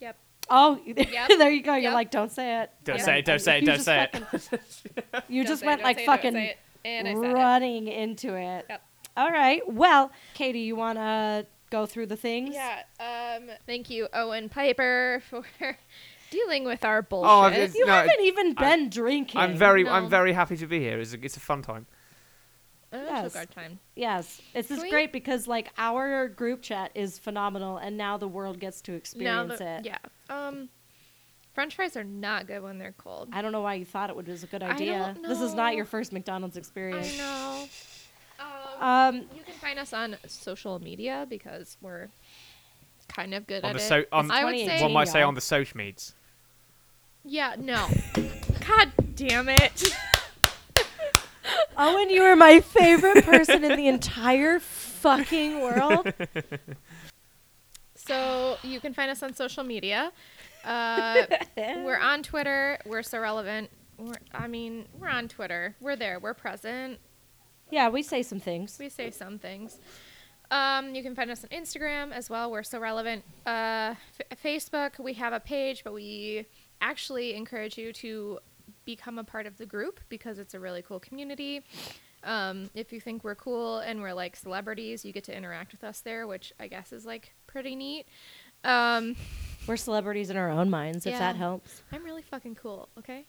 Yep.
Oh,
Yep,
there you go.
yep.
You're like, don't say it.
Don't
Yeah.
say it. Don't say it.
You
Don't
just
say
fucking-
it.
You
Don't
just
say it,
went
don't
like
say it, don't
fucking
say it. And I said it.
running into it.
Yep.
All right. Well, Katie, you want to go through the things.
Yeah. Um, thank you, Owen Piper, for dealing with our bullshit.
Oh, I've- it's-
You
No,
haven't even been drinking.
I'm very, I'm
No.
very happy to be here. It's a, it's a fun time.
I'm
Yes.
yes. time.
Yes, this is
Can we-
great because like our group chat is phenomenal, and now the world gets to
Now
experience
that,
it.
yeah. Um, French fries are not good when they're cold.
I don't know why you thought it would- was a good
I
idea.
don't
This is not
know.
your first McDonald's experience.
I know. Um,
Um,
you can find us on social media because we're kind of good
On
at
the
it.
so- on-
I would
It's
say,
One might say
y'all.
on the social meds.
yeah, no. God damn it.
Owen, you are my favorite person in the entire fucking world.
So you can find us on social media. Uh, we're on Twitter. We're so relevant. We're, I mean, we're on Twitter. We're there. We're present.
Yeah, we say some things.
We say some things. Um, you can find us on Instagram as well. We're so relevant. Uh, F- Facebook, we have a page, but we actually encourage you to become a part of the group because it's a really cool community. Um, if you think we're cool and we're like celebrities, you get to interact with us there, which I guess is like pretty neat. Um,
We're celebrities in our own minds, if
Yeah.
that helps.
I'm really fucking cool, okay?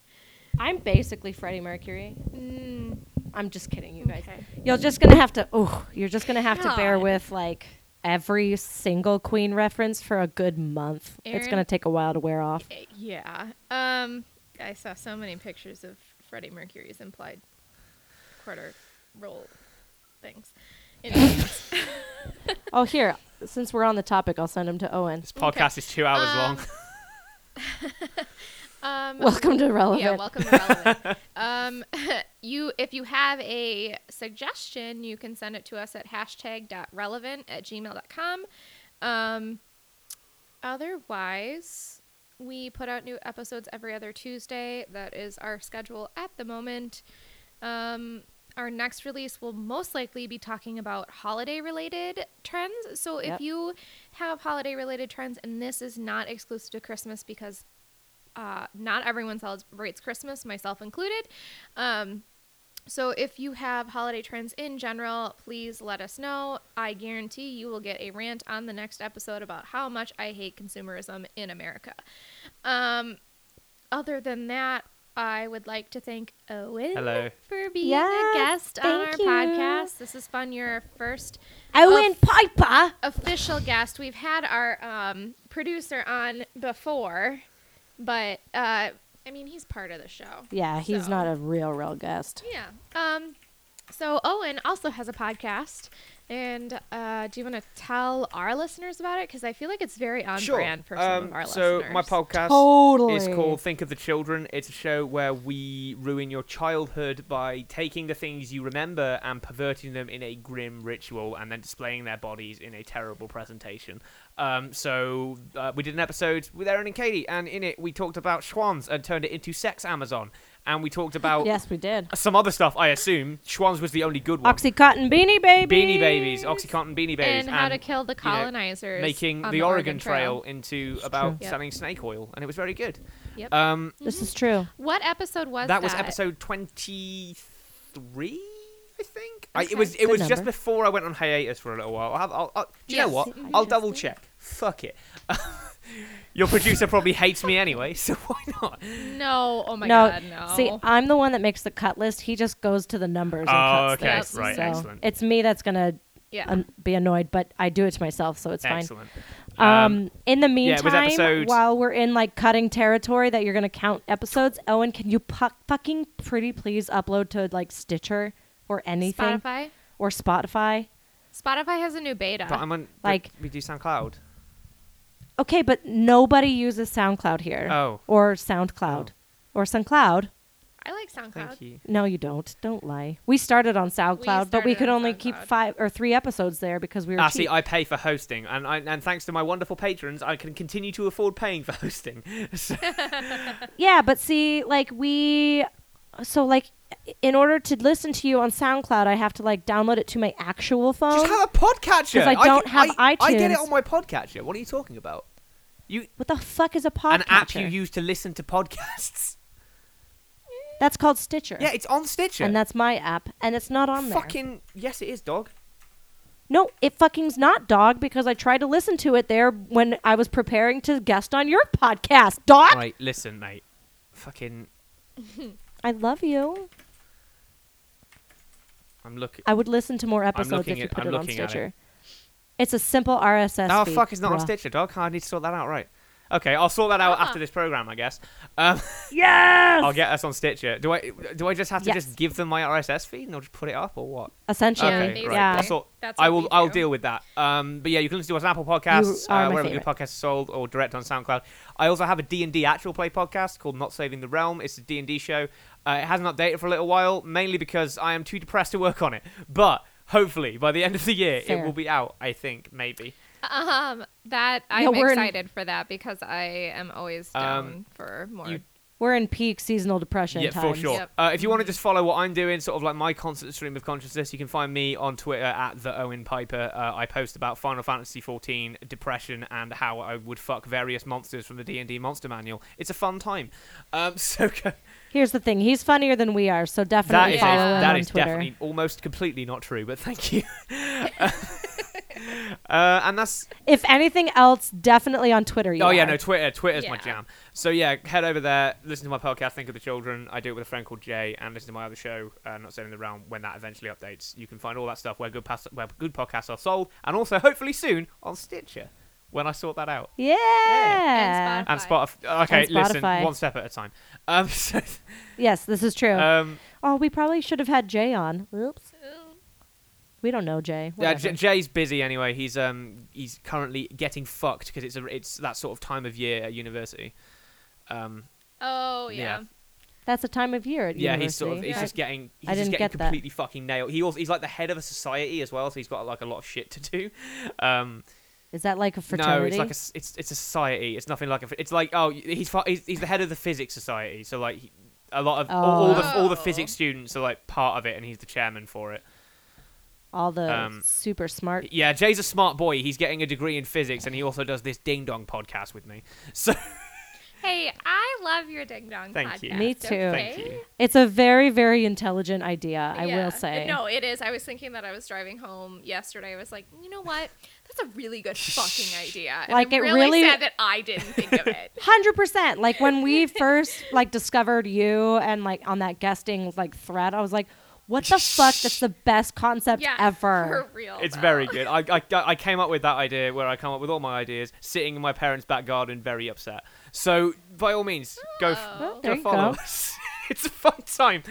I'm basically Freddie Mercury.
Mm,
I'm just kidding, you guys.
Okay.
You're just gonna have to. Oh, you're just gonna have to bear
God.
with like every single Queen reference for a good month. It's
Aaron-
gonna take a while to wear off.
eh, yeah. Um, I saw so many pictures of Freddie Mercury's implied quarter roll things. In advance.
Oh, here. Since we're on the topic, I'll send him to Owen.
This podcast is two hours long.
um,
Welcome to Relevant.
yeah, welcome to Relevant. um, you, if you have a suggestion, you can send it to us at hashtag.relevant at gmail.com. Um, otherwise, we put out new episodes every other Tuesday. That is our schedule at the moment. Um, our next release will most likely be talking about holiday related trends. So if
Yep.
you have holiday related trends, and this is not exclusive to Christmas because uh, not everyone celebrates Christmas, myself included. Um, so if you have holiday trends in general, please let us know. I guarantee you will get a rant on the next episode about how much I hate consumerism in America. Um, other than that, I would like to thank Owen
Hello.
for being
Yes,
a guest on our
thank you.
podcast. This is fun. You're our first
Owen
Oh.
Piper.
official guest. We've had our um, producer on before, but uh, I mean, he's part of the show.
Yeah, he's
So.
not a real, real guest.
Yeah. Um. So Owen also has a podcast, and uh, do you want to tell our listeners about it? Because I feel like it's very on Um, brand for some of our
Um, so
listeners.
my podcast
Totally.
is called Think of the Children. It's a show where we ruin your childhood by taking the things you remember and perverting them in a grim ritual and then displaying their bodies in a terrible presentation. Um, so uh, we did an episode with Erin and Katie, and in it we talked about Schwans and turned it into Sex Amazon. And we talked about
Yes, we did.
some other stuff, I assume. Schwans was the only good one.
Oxycontin Beanie Babies.
Beanie Babies, Oxycontin Beanie Babies.
and how to kill the colonizers,
making the,
on
Oregon, Trail, into about
Yep.
selling snake oil, and it was very good.
Yep.
Um,
This is true.
What episode was that?
that was episode twenty three, I think. I,
Okay.
it was. It
Good
was just
number.
before I went on hiatus for a little while. I'll, have- I'll, I'll, do you know
Yes,
what?
I
I'll
just
double
did.
check. Fuck it. Your producer probably hates me anyway, so why not?
No. Oh my
no,
god. No.
see, I'm the one that makes the cut list. He just goes to the numbers. and
Oh,
cuts
okay,
things.
right,
So
excellent.
It's me that's gonna
yeah.
um, be annoyed, but I do it to myself, so it's fine.
Excellent.
Um, in the
yeah, it was
meantime,
episode-
while we're in like cutting territory that you're gonna count episodes, Owen, can you pu- fucking pretty please upload to like Stitcher or anything
Spotify.
or Spotify?
Spotify has a new beta.
But I'm on. Like
uh, like-
we do SoundCloud.
Okay, but nobody uses SoundCloud here.
Oh.
Or SoundCloud. Or SoundCloud.
I like SoundCloud.
Thank you.
No, you don't. Don't lie. We started on SoundCloud, but
started
we could
on
only keep
SoundCloud.
five or three episodes there because we were
Ah,
cheap.
see, I pay for hosting, and I, and thanks to my wonderful patrons, I can continue to afford paying for hosting. So,
yeah, but see, like we, so like, in order to listen to you on SoundCloud, I have to like download it to my actual phone.
just have a podcatcher.
'Cause I don't
get-
have
I, I get it
iTunes.
on my podcatcher. What are you talking about? You
what the fuck is a podcast?
an app you use to listen to podcasts?
That's called Stitcher.
Yeah, it's on Stitcher.
and that's my app, and it's not on there.
fucking yes, it is, dog.
No, it fucking's not, dog, because I tried to listen to it there when I was preparing to guest on your podcast, dog.
Right, listen, mate. Fucking,
I love you.
I'm looking.
I would listen to more episodes
looking
if you
at-
put
I'm
it on
looking at it.
Stitcher. It's a simple RSS.
Oh
feed,
fuck, it's not on
bruh.
Stitcher, dog. I need to sort that out. Right. Okay, I'll sort that out after this program, I guess. Um,
Yes.
I'll get us on Stitcher. Do I? Do I just have to
Yes.
just give them my RSS feed and they'll just put it up, or what?
Essentially,
Yeah,
Okay,
basically.
right.
yeah.
I'll sort-
That's
I
what
will.
we
I'll
do.
deal with that. Um, but yeah, you can listen to us on Apple Podcasts,
You are
uh,
my
wherever your
favourite.
podcast is sold, or direct on SoundCloud. I also have a D and D actual play podcast called Not Saving the Realm. It's a D and D show. Uh, it hasn't updated for a little while, mainly because I am too depressed to work on it. But hopefully, by the end of the year,
Fair.
it will be out. I think maybe.
Um, that
Yeah,
I'm
we're in-
excited for that because I am always down
Um,
for more.
you-
We're in peak seasonal depression.
Yeah,
times.
for sure.
Yep.
Uh, if you want to just follow what I'm doing, sort of like my constant stream of consciousness, you can find me on Twitter at the Owen Piper. Uh, I post about Final Fantasy XIV, depression, and how I would fuck various monsters from the D and D Monster Manual. It's a fun time. Um, so go-
Here's the thing: he's funnier than we are, so
that
definitely
is a-
follow him
that
on
is
Twitter.
definitely almost completely not true, but thank you. uh, and that's
If anything else, definitely on Twitter. You
Oh yeah,
are.
no, Twitter. Twitter's my
Yeah.
jam. So yeah, head over there, listen to my podcast, Think of the Children. I do it with a friend called Jay, and listen to my other show, uh, Not Saving the Realm, when that eventually updates. You can find all that stuff where good pas- where good podcasts are sold, and also hopefully soon on Stitcher when I sort that out.
yeah.
And Spotify.
And
Spotify.
Spotify. Okay,
And
listen,
Spotify.
one step at a time. Um, so,
Yes, this is true.
um,
oh, we probably should have had Jay on. Oops. We don't know Jay.
yeah,
Whatever.
J- Jay's busy anyway. He's um he's currently getting fucked because it's a, it's that sort of time of year at university. Um,
Oh yeah.
Yeah.
That's the time of year at
Yeah,
university.
he's sort of he's
Yeah.
just getting he's
I
just
didn't
getting
get that.
completely fucking nailed. He also he's like the head of a society as well, so he's got like a lot of shit to do. Um,
Is that like a fraternity?
no, it's like a, s- it's it's a society. It's nothing like a. fr- It's like oh he's fu- he's, he's the head of the physics society, so like he, a lot of all, all the all the
Oh.
physics students are like part of it, and he's the chairman for it.
All the
um,
super smart.
Yeah, Jay's a smart boy. He's getting a degree in physics, and he also does this ding dong podcast with me. So
Hey, I love your Ding Dong
Thank you.
podcast.
Me too.
okay?
thank you.
It's a very, very intelligent idea, I
Yeah.
will say.
No, it is. I was thinking that I was driving home yesterday. I was like, you know what? That's a really good fucking idea. And
Like,
I'm
it
really,
really-
sad that I didn't think of it.
Hundred percent. Like when we first like discovered you and like on that guesting like thread, I was like, "What the fuck? That's the best concept
yeah,
ever."
for real.
It's
though.
very good. I, I, I came up with that idea where I come up with all my ideas, sitting in my parents' back garden, very upset. So by all means, go f-
Oh.
Well,
Go
there
go
you
follow
go.
us. it's a fun time,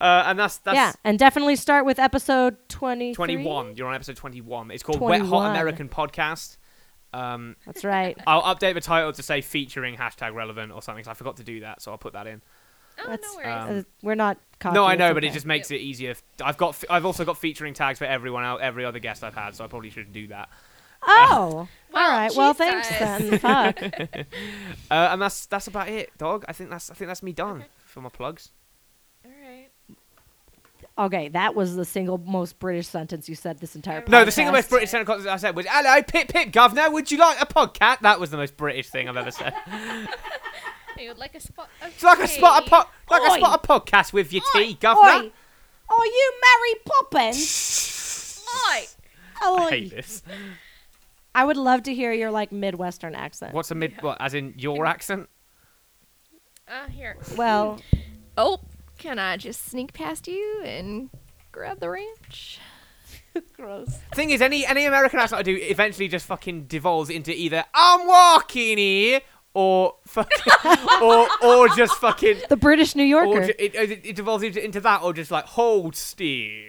uh, and that's that's
Yeah, and definitely start with episode twenty.
twenty one. You're on episode twenty one. It's called Wet Hot
21.
American Podcast. Um,
That's right.
I'll update the title to say featuring hashtag relevant or something. 'cause I forgot to do that, so I'll put that in.
Oh,
That's-
no worries.
um,
Uh, We're not. Cocky,
no, I
it's
know, but it
okay.
just makes it easier. F- I've got f- I've also got featuring tags for everyone out, every other guest I've had, so I probably should do that.
Oh, all
Well,
right. Well, thanks
Jesus.
then. Fuck.
Uh, and that's that's about it, dog. I think that's I think that's me done for my plugs.
All right.
Okay, that was the single most British sentence you said this entire.
No,
No,
podcast.
the single most British sentence I said was "Hello, pip pip, governor. Would you like a podcat?" That was the most British thing I've ever said.
Hey, like a spot.
It's like a spot a
okay.
pod, like a
Oi.
spot a podcast with your tea,
Oi,
governor.
are you Mary Poppins?
Oi.
I
Oi.
hate this.
I would love to hear your like Midwestern accent.
What's a mid? What as in your accent?
Uh, here.
Well,
Oh, can I just sneak past you and grab the ranch? Gross.
Thing is, any any American accent I do eventually just fucking devolves into either "I'm walking here" or fucking or or just fucking
the British New
or
Yorker.
ju- it, it, it devolves into, into that or just like hold stew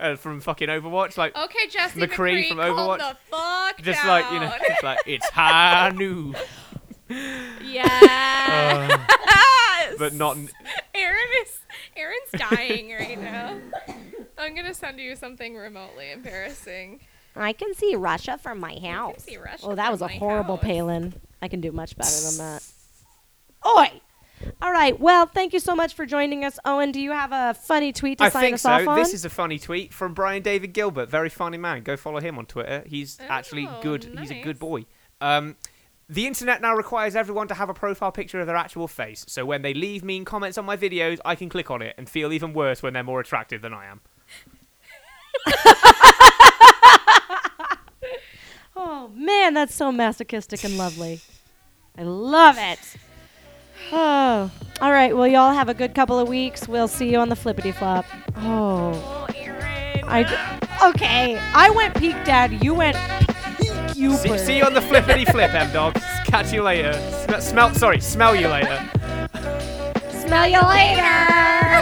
uh, from fucking Overwatch, like.
Okay, Jesse
McCree
McCree,
from
calm
Overwatch.
the fuck
Just
down.
like you know, just like it's high noon,
Yes.
Uh, but not n-
Aaron is Aaron's dying right now. I'm gonna send you something remotely embarrassing.
I can see Russia from my house.
see Russia
oh, that
from
was a
my
horrible
house.
Palin. I can do much better than that. Oi. All right. Well, thank you so much for joining us, Owen. Do you have a funny tweet to
I
sign
think
us
so.
off on?
This is a funny tweet from Brian David Gilbert. Very funny man. Go follow him on Twitter. He's actually
Oh,
good. He's a
nice.
good boy. Um, the internet now requires everyone to have a profile picture of their actual face. So when they leave mean comments on my videos, I can click on it and feel even worse when they're more attractive than I am.
Oh man, that's so masochistic and lovely. I love it. Oh, all right. Well, y'all have a good couple of weeks. We'll see you on the flippity flop. Oh, I d- okay. I went peak dad. You went peak you.
See, see you on the flippity flip, M Dog. Catch you later. Sm- smell, sorry, smell you later.
Smell you later.